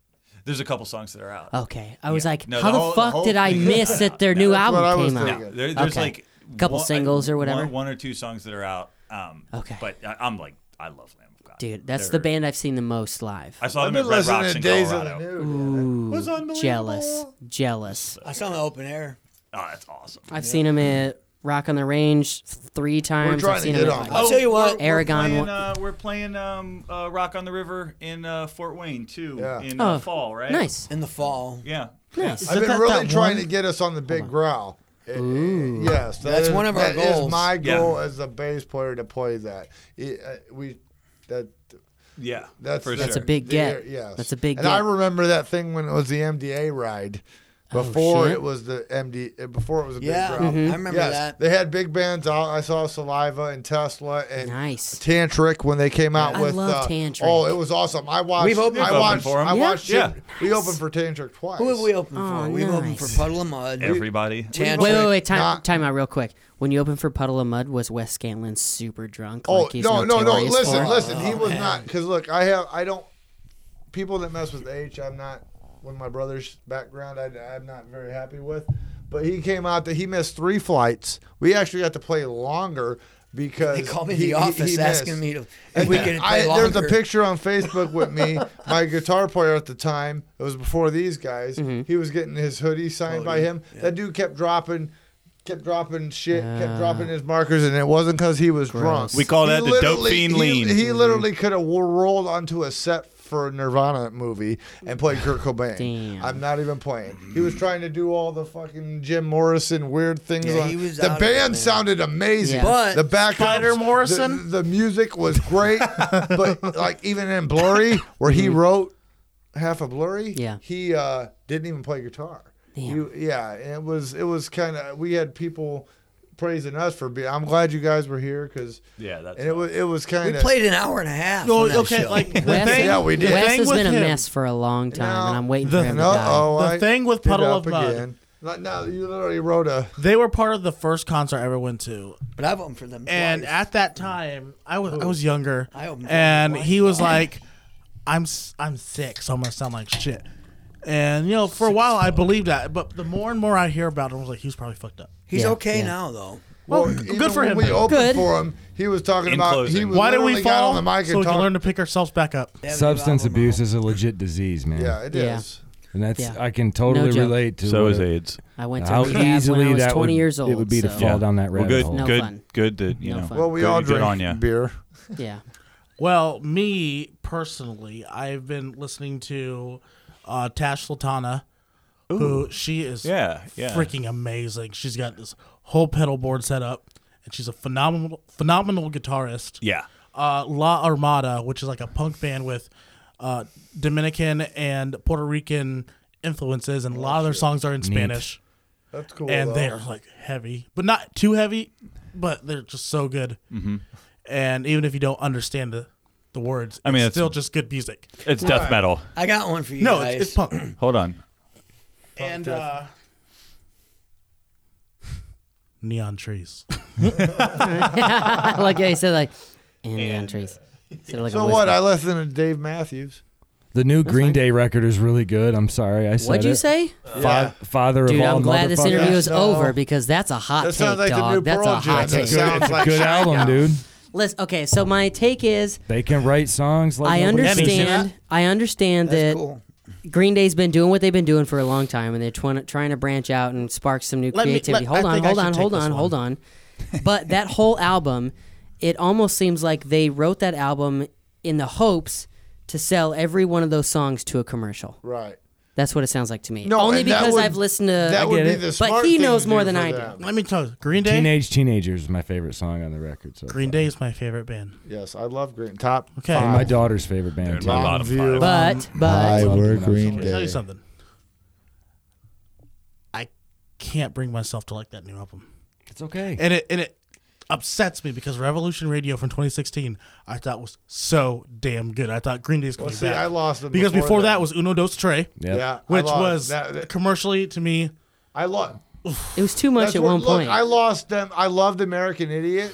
there's a couple songs that are out. Okay, I was Yeah. like, No, how the the, whole- the fuck whole did I thing- miss that their new That's what I album was came thinking. out? There, there's Okay. like Couple singles or whatever? One, one or two songs that are out. Um, Okay. but I, I'm like, I love Lamb of God, Dude, that's They're- the band I've seen the most live. I saw I've them been at Red listening Rocks to in Days Colorado. of the New. Ooh, was unbelievable. jealous, jealous. [laughs] I saw him open air. Oh, that's awesome. I've seen him at Rock on the Range three times. trying I've to seen get him on at, that. I'll tell you what. we're- Oh, Aragon We're playing, one- uh, we're playing um, uh, Rock on the River in uh, Fort Wayne too Yeah. in uh, Oh, fall, right? nice. In the fall. Yeah. Nice. I've Is been that really that trying one? to get us on the big growl. Ooh. Yes, that That's is- one of our that is goals. my Yeah. goal as a bass player to play that. It, uh, we that [laughs] Yeah. that's for the- sure. a big the- get. Yes, That's a big And I get. Oh, remember that thing when it was the MDA ride. Before shit. Mm-hmm. it was the MD, uh, before it was a Yeah, big growl. Mhm. I remember Yes, that. They had big bands out. I saw Saliva and Tesla and Nice. Tantric when they came out I with. love uh, Tantric. Oh, it was awesome. I watched. We've opened- I We've watched. opened for 'em. I Yeah. watched. Yeah. him- We opened for Tantric twice. Who have we opened Oh, for? We've opened for nice. Puddle of Mud. Everybody. Tantric. Wait, wait, wait, time, Not- time out real quick. When you opened for Puddle of Mud, was Wes Scanlon super drunk? Oh like he's no, no, no! notorious Listen, for? listen. He Oh, was not because look, I have, I don't. People that mess with H, I'm not. With my brother's background, I, I'm not very happy with. But he came out that he missed three flights. We actually got to play longer because They called me in he- the he- office he asking missed. me [laughs] to, if And we then could I, play longer. There's a picture on Facebook with me, [laughs] my guitar player at the time. It was before these guys. Mm-hmm. He was getting his hoodie signed by him. That dude kept dropping, kept dropping shit, Ah. kept dropping his markers, and it wasn't because he was drunk. We call He that the dope literally- fiend he- lean. Mm-hmm. He, literally could have rolled onto a set for a Nirvana movie and [laughs] played Kurt Cobain. Damn. I'm not even playing. He Mm-hmm. was trying to do all the fucking Jim Morrison weird things. Yeah, on- he was the out of it, band man. sounded amazing. Yeah. But- the back Spider Morrison? the, the music [laughs] was great, but like even in Blurry, where Mm-hmm. he wrote half of Blurry, Yeah. he uh, didn't even play guitar. You- yeah, and it was it was kind of we had people praising us for being. I'm glad you guys were here because Yeah, that's and it was it was we kind of played an hour and a half. Oh, on that okay, [laughs] show. like the Wes, thing, Yeah, we did. the Wes thing has with been a him- mess for a long time, No, and I'm waiting the- for him to no, die. oh, The I thing with did it Puddle up of Mud. again. Like, No, you literally wrote a They were part of the first concert I ever went to, but I've opened for them. and twice. at that time I was I was younger, I opened for and him he twice. was like, "I'm s- I'm sick, so I'm gonna sound like shit." And you know, for a while I believed that, but the more and more I hear about him, I was like, he was probably fucked up. he's Yeah, okay yeah. now though. Well, Well, even good for when him. We though. opened Good. for him. He was talking In about. He closing. was Why did literally we got fall on the mic so we and can talk- learn to pick ourselves back up? They have a new Substance album abuse out. is a legit disease, man. Yeah, it is. Yeah. And that's Yeah. I can totally No joke. relate to So what is it- AIDS. I went to how rehab easily when I was that 20 would, years old. it would be to so- fall down that Well, rabbit good, hole. No good, fun. good. That you No know. fun. Well, we good- all good drink on ya. beer. Yeah. [laughs] Well, me personally, I've been listening to uh, Tash Sultana, who she is Yeah, yeah. freaking amazing. She's got this whole pedal board set up, and she's a phenomenal phenomenal guitarist. Yeah. Uh, La Armada, which is like a punk band with uh, Dominican and Puerto Rican influences, and a lot of their songs are in Spanish, That's cool. and though. they are like heavy, but not too heavy, but they're just so good. Mm-hmm. And even if you don't understand the the words, I mean, it's it's- still just good music. It's death metal. I got one for you No, guys. it's, it's punk. [clears throat] Hold on. and uh, neon trees. I like how he said like, and the entries. Said it like a So what? whisper. I listened to Dave Matthews. The new Green Day record is really good. I'm sorry, I said What'd you it. say? Fa- Father Dude, of all I'm glad this motherfuckers. interview is No. over because that's a hot That take, sounds like the dog. new that's Pearl a Jam. hot That take. sounds like Good Shine album, Out. dude. Let's, okay, so my take is They can write songs like I nobody see else. that? understand. I understand That's that cool. Green Day's been doing what they've been doing for a long time, and they're twi- trying to branch out and spark some new Let me- creativity. let- hold I on, think I hold should on, take hold this on, one. hold on. But that whole album, it almost seems like they wrote that album in the hopes to sell every one of those songs to a commercial. Right. That's what it sounds like to me. No, Only and that because would- I've listened to. that would be it. the But smart he thing knows to more do than for I do. them. Let me tell you, Green Day. Teenage Teenagers is my favorite song on the record. So Green far. Day is my favorite band. Yes, I love Green Top. Okay. And five. my daughter's favorite band. Dude, too. my Bottom bottom five. view. But but I were Let Green me tell Day. you something. I can't bring myself to like that new album, It's okay. and it and it upsets me because Revolution Radio from 2016 I thought was so damn good. I thought Green Day's coming Well, see, back. I lost them because before, before that. that. was Uno Dos Tre, Yep. Yeah, I which lost. was That- that- commercially to me. I lost. it was too much That's at what- one look, point. I lost them. I loved American Idiot,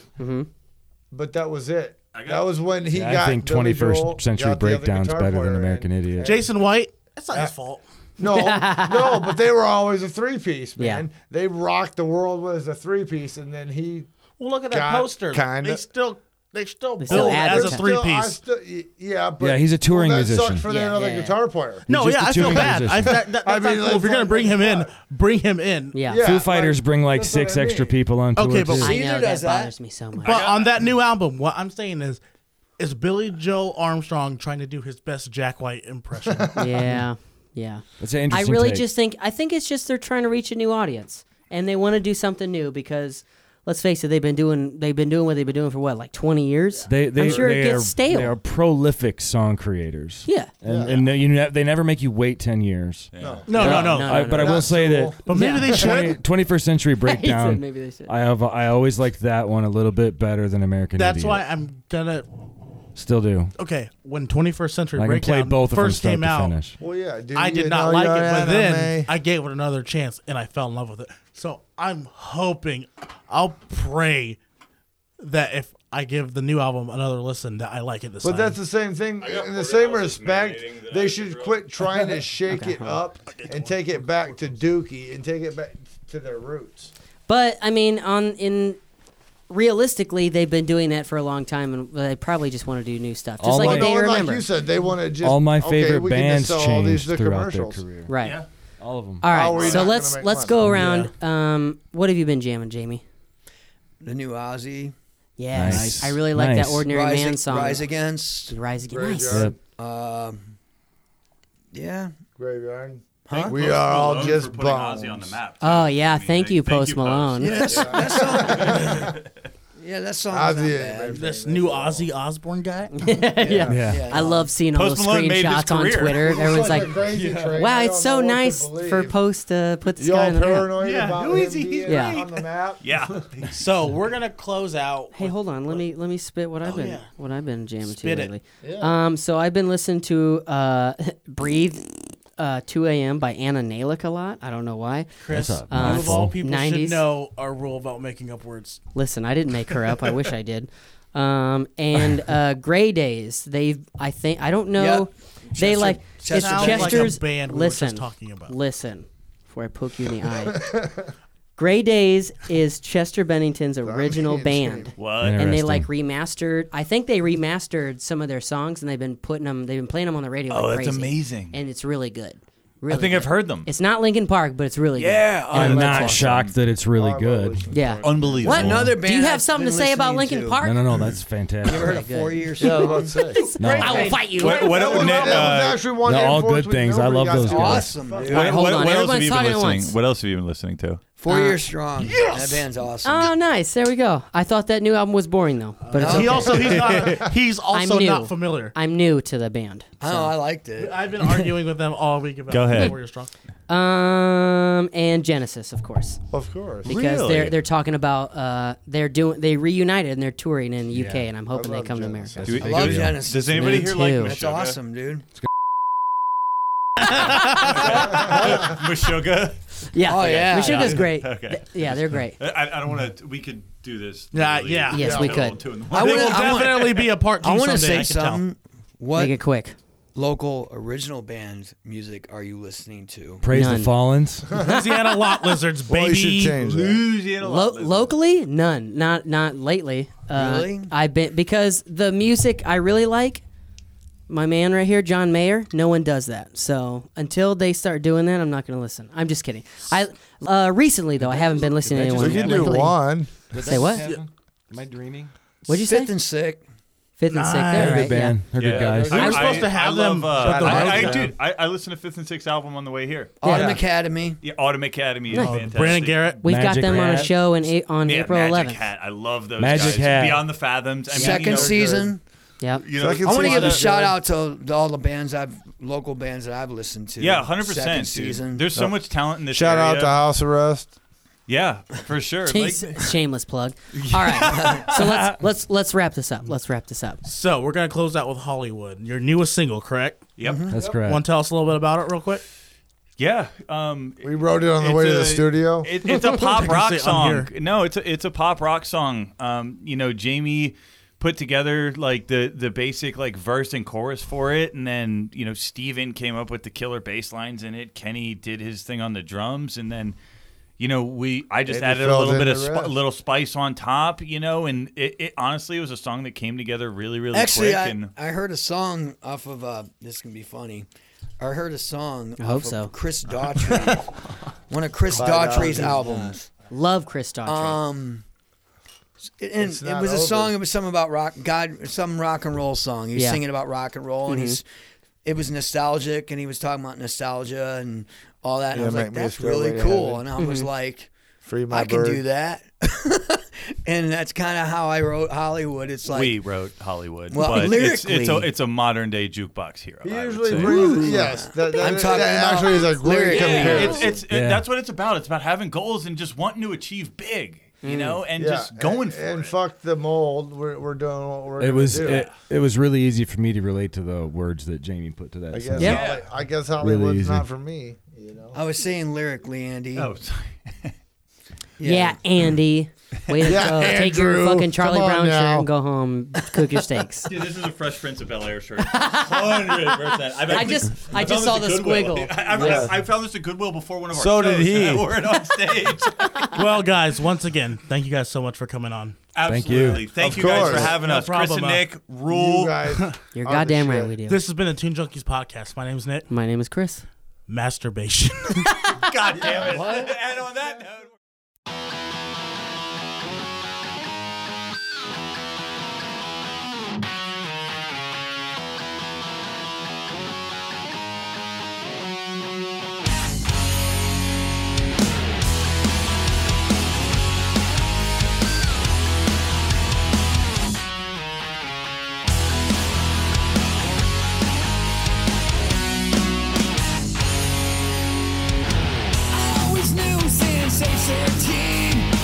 but that was it. that was when he Yeah, I got. think Billy 21st Joel, Century got the other Breakdown's guitar better than player American in. Idiot. Jason White, that's not his fault. No, no, but they were always a three piece, Yeah. man. They rocked the world as a three piece, and then he. Well, look at that Got poster. kinda- They still they still still build as a advertise. three Still- I piece. still- y- yeah, but Yeah, he's a touring well, that musician. Sucked for Yeah, that other yeah, yeah. guitar player. No, He's yeah, just a I feel touring bad. I, musician. that, that, that's [laughs] I mean, not cool. If you're gonna that's bring him in, not- bring him in. yeah. Yeah, Foo like, Fighters bring like that's what six I mean. extra people on tour. Okay, but too. I Cedar know that does that. bothers me so much. But on that new album, what I'm saying is, is Billy Joe Armstrong trying to do his best Jack White impression? yeah, yeah. That's an I interesting really take. just think I think it's just they're trying to reach a new audience and they want to do something new because let's face it, they've been doing they've been doing what they've been doing for what like twenty years. They, they, I'm sure they it gets are, stale. They are prolific song creators. Yeah. And, and they, you know, they never make you wait 10 years. No, no, no. no. I, but I will Not say cool. that But maybe Yeah. they should. 20, 21st Century [laughs] He said Breakdown, maybe they should. I have I always liked that one a little bit better than American That's Idiot. why I'm gonna. Still do. Okay, when 21st Century I can Breakdown play both of them first start came to out, finish. Well, yeah, dude, I you did not know like it. your But then anime. I gave it another chance, and I fell in love with it. So I'm hoping, I'll pray that if I give the new album another listen, that I like it this But time. that's the same thing. In the same respect, they should quit trying to shake it up and take it back to Dookie and take it back to their roots. But I mean, on in realistically, they've been doing that for a long time, and they probably just want to do new stuff, just All like my- they no, and remember. like you said, they want to just all my okay, favorite we can bands just sell all these changed to throughout their commercials. career. right. All of them. All How are you right. So not gonna let's make let's money? go around. Um, what have you been jamming, Jamie? The new Ozzy. Yes, Nice. I really like that Nice. ordinary Rise, man Ag- song. Rise Against. Rise again. Rise Nice. Again. Yep. Um, yeah. Graveyard. Huh? We are all Alone just for putting bombs. Ozzy on the map. Oh yeah, I mean, thank they- you, Post Malone. Yeah, that's, that song- yeah, that song. Ozzy not ain't bad. this new Ozzy Osbourne [laughs] guy. yeah. Yeah. Yeah, I no. love seeing all Post those Malone made his screenshots on career. Twitter. It's Everyone's such [laughs] like, a crazy train. "Wow, I it's don't so know what to nice for believe. Post to put this guy Y'all on the map." paranoid Yeah, about who him is he? He's being great. on the map? Yeah. So we're gonna close out. Hey, with- hold on. Let me let me spit what I've Oh, been yeah. what I've been jamming Spit to it. lately. Um, so I've been listening to uh, [laughs] "Breathe," uh, 2 a.m. by Anna Nalick a lot. I don't know why. Chris, That's a you of all mouthful. people 90s. should know our rule about making up words. Listen, I didn't make her up. I wish I did. Um, and uh, Gray Days. They've I think I don't know. They Chester- like Chester it's Bennington. Chester's Like a band we were just listen, talking about. Listen, before I poke you in the eye. Gray Days is Chester Bennington's original means- band. [laughs] What? and they Interesting. like remastered. I think they remastered some of their songs, and they've been putting them. They've been playing them on the radio. Oh, like that's crazy. amazing. And it's really good. I Really think good. I've heard them. It's not Lincoln Park, but it's really Yeah. I I'm love not Tulsa. shocked that it's really good. good. Yeah. Unbelievable. What? Another band. Do you have I've something to been say about listening Lincoln to. Park? No, no, no. That's You ever fantastic. heard of Four Years? I will No. fight you. What, what, That was- what, that was uh, actually one they're all influence good we things. I nobody love got those to- guys. Awesome, dude. what, hold what- on, what else have everyone's you been talking at listening? once. What else have you been listening to? Uh, Four Years Strong. That band's awesome. Oh, nice. There we go. I thought that new album was boring though, but it's He okay. also he's not [laughs] he's also new. not familiar. I'm new to the band. I know, Oh, I liked it. I've been arguing with them all week about Go ahead. Warrior Strong. Um, and Genesis, of course, Of course. because Really? they're they're talking about uh they're doing they reunited and they're touring in the UK, and I'm hoping they love come Genesis. to America. Do we- I love do- Genesis, Does anybody me here like too. Meshuggah? That's awesome, dude. [laughs] Meshuggah? Yeah. Oh, yeah. Meshuggah's Yeah. great. Okay. Th- Yeah, they're great. I, I [laughs] don't want to. We could do this. Yeah, literally yeah. Yes, we till could. two in the I morning. It will wanna- I wanna- definitely be a part two I want to someday, say I can tell. something. What Make it quick. local original band music are you listening to? Praise None. the [laughs] Fallens. Louisiana lot lizards, [laughs] baby. Well, you should [laughs] change that. Louisiana Lo- love locally, none. Not not lately. Uh, Really? I've been because the music I really like. My man right here, John Mayer. No one does that. So until they start doing that, I'm not going to listen. I'm just kidding. I uh, recently though, I haven't been listening to We anyone. can do lately. one. Say what? Am I dreaming? What'd you Fifth say? and sick. Fifth and sixth. Nice. They're Good right, yeah. band. They're good guys. We were supposed to have them, but the uh, I, road I, down. dude, I, I listened to Fifth and Sixth album on the way here. Autumn Yeah. Academy. Yeah, Autumn Academy is Nice. fantastic. Brandon Garrett. We've got Magic them on a Hat. show in a- on Yeah, Oh, April Magic 11th. Hat. I love those Magic guys. Hat. Beyond the Fathoms. I mean, Second you know, season. Yep. You know, oh, Second I want to season. give a Yeah. shout out to to all the bands I've local bands that I've listened to. Yeah, hundred Second percent. Season. There's so much talent in this. Shout out area. to House Arrest. yeah, for sure. Like, Jeez, shameless plug. All right, so let's let's let's wrap this up. Let's wrap this up. So we're gonna close out with Hollywood, your newest single, correct? yep. Mm-hmm. That's correct. Want to tell us a little bit about it, real quick? Yeah. Um, We wrote it on the It's way to a- the studio. It, [laughs] it's a pop can rock say I'm song. here. No, it's a, it's a pop rock song. Um, you know, Jamie put together like the the basic like verse and chorus for it, and then you know Steven came up with the killer bass lines in it. Kenny did his thing on the drums, and then you know we I just It added a fills little in bit of the sp- rest. little spice on top. You know, and it, it honestly was a song that came together really really Actually, quick. I, and I heard a song off of uh, this can be funny. I heard a song I hope off so. [laughs] of Chris Daughtry, one of Chris Clyde Daughtry's Daughtry's albums. Love Chris Daughtry. Um, and It's it not was a over. song. It was something about rock, God, some rock and roll song. He was Yeah. singing about rock and roll, and he's. It was nostalgic, and he was talking about nostalgia and all that. And Yeah, I was like, make me a "That's stairway really to cool," heaven. and I was like. Free my I can bird. do that. [laughs] and that's kind of how I wrote Hollywood. It's like we wrote Hollywood, Well, but it's, it's a lyrically- it's a modern day jukebox hero. I He would usually say. brings. Yes, that, that, I'm talking that about actually is a lyrics. great Yeah, comparison. it's, it's, it, Yeah. that's what it's about. It's about having goals and just wanting to achieve big, you know, and just going Mm. and, for [laughs] and it. fuck the mold. We're, we're doing what we're It was do. it, it was really easy for me to relate to the words that Jamie put to that. I song. guess. Yeah. Holly- I guess Hollywood's easy. not for me. You know. I was saying lyrically, Andy. Oh, sorry. yeah. Andy. Way to [laughs] Yeah, go. Take your Andrew. fucking Charlie Come on Brown shirt now. and go home. Cook your [laughs] steaks. Dude, this is a Fresh Prince of Bel Air [laughs] shirt. 100%. I've I actually- just I found just saw the at Goodwill. squiggle. [laughs] I, I, Yeah. I found this at Goodwill before one of our So did shows, and he. I wore it on [laughs] stage. well, guys, once again, thank you guys so much for coming on. Absolutely. Thank you, Of guys for course. having No us. Chris problem, and uh, Nick rule. You guys. You're are the goddamn right shit. we do. This has been a Tune Junkies podcast. My name's Nick. My name is Chris. Masturbation. God damn it. [laughs] And on that note. I always knew sensation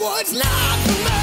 Hollywood's not for me.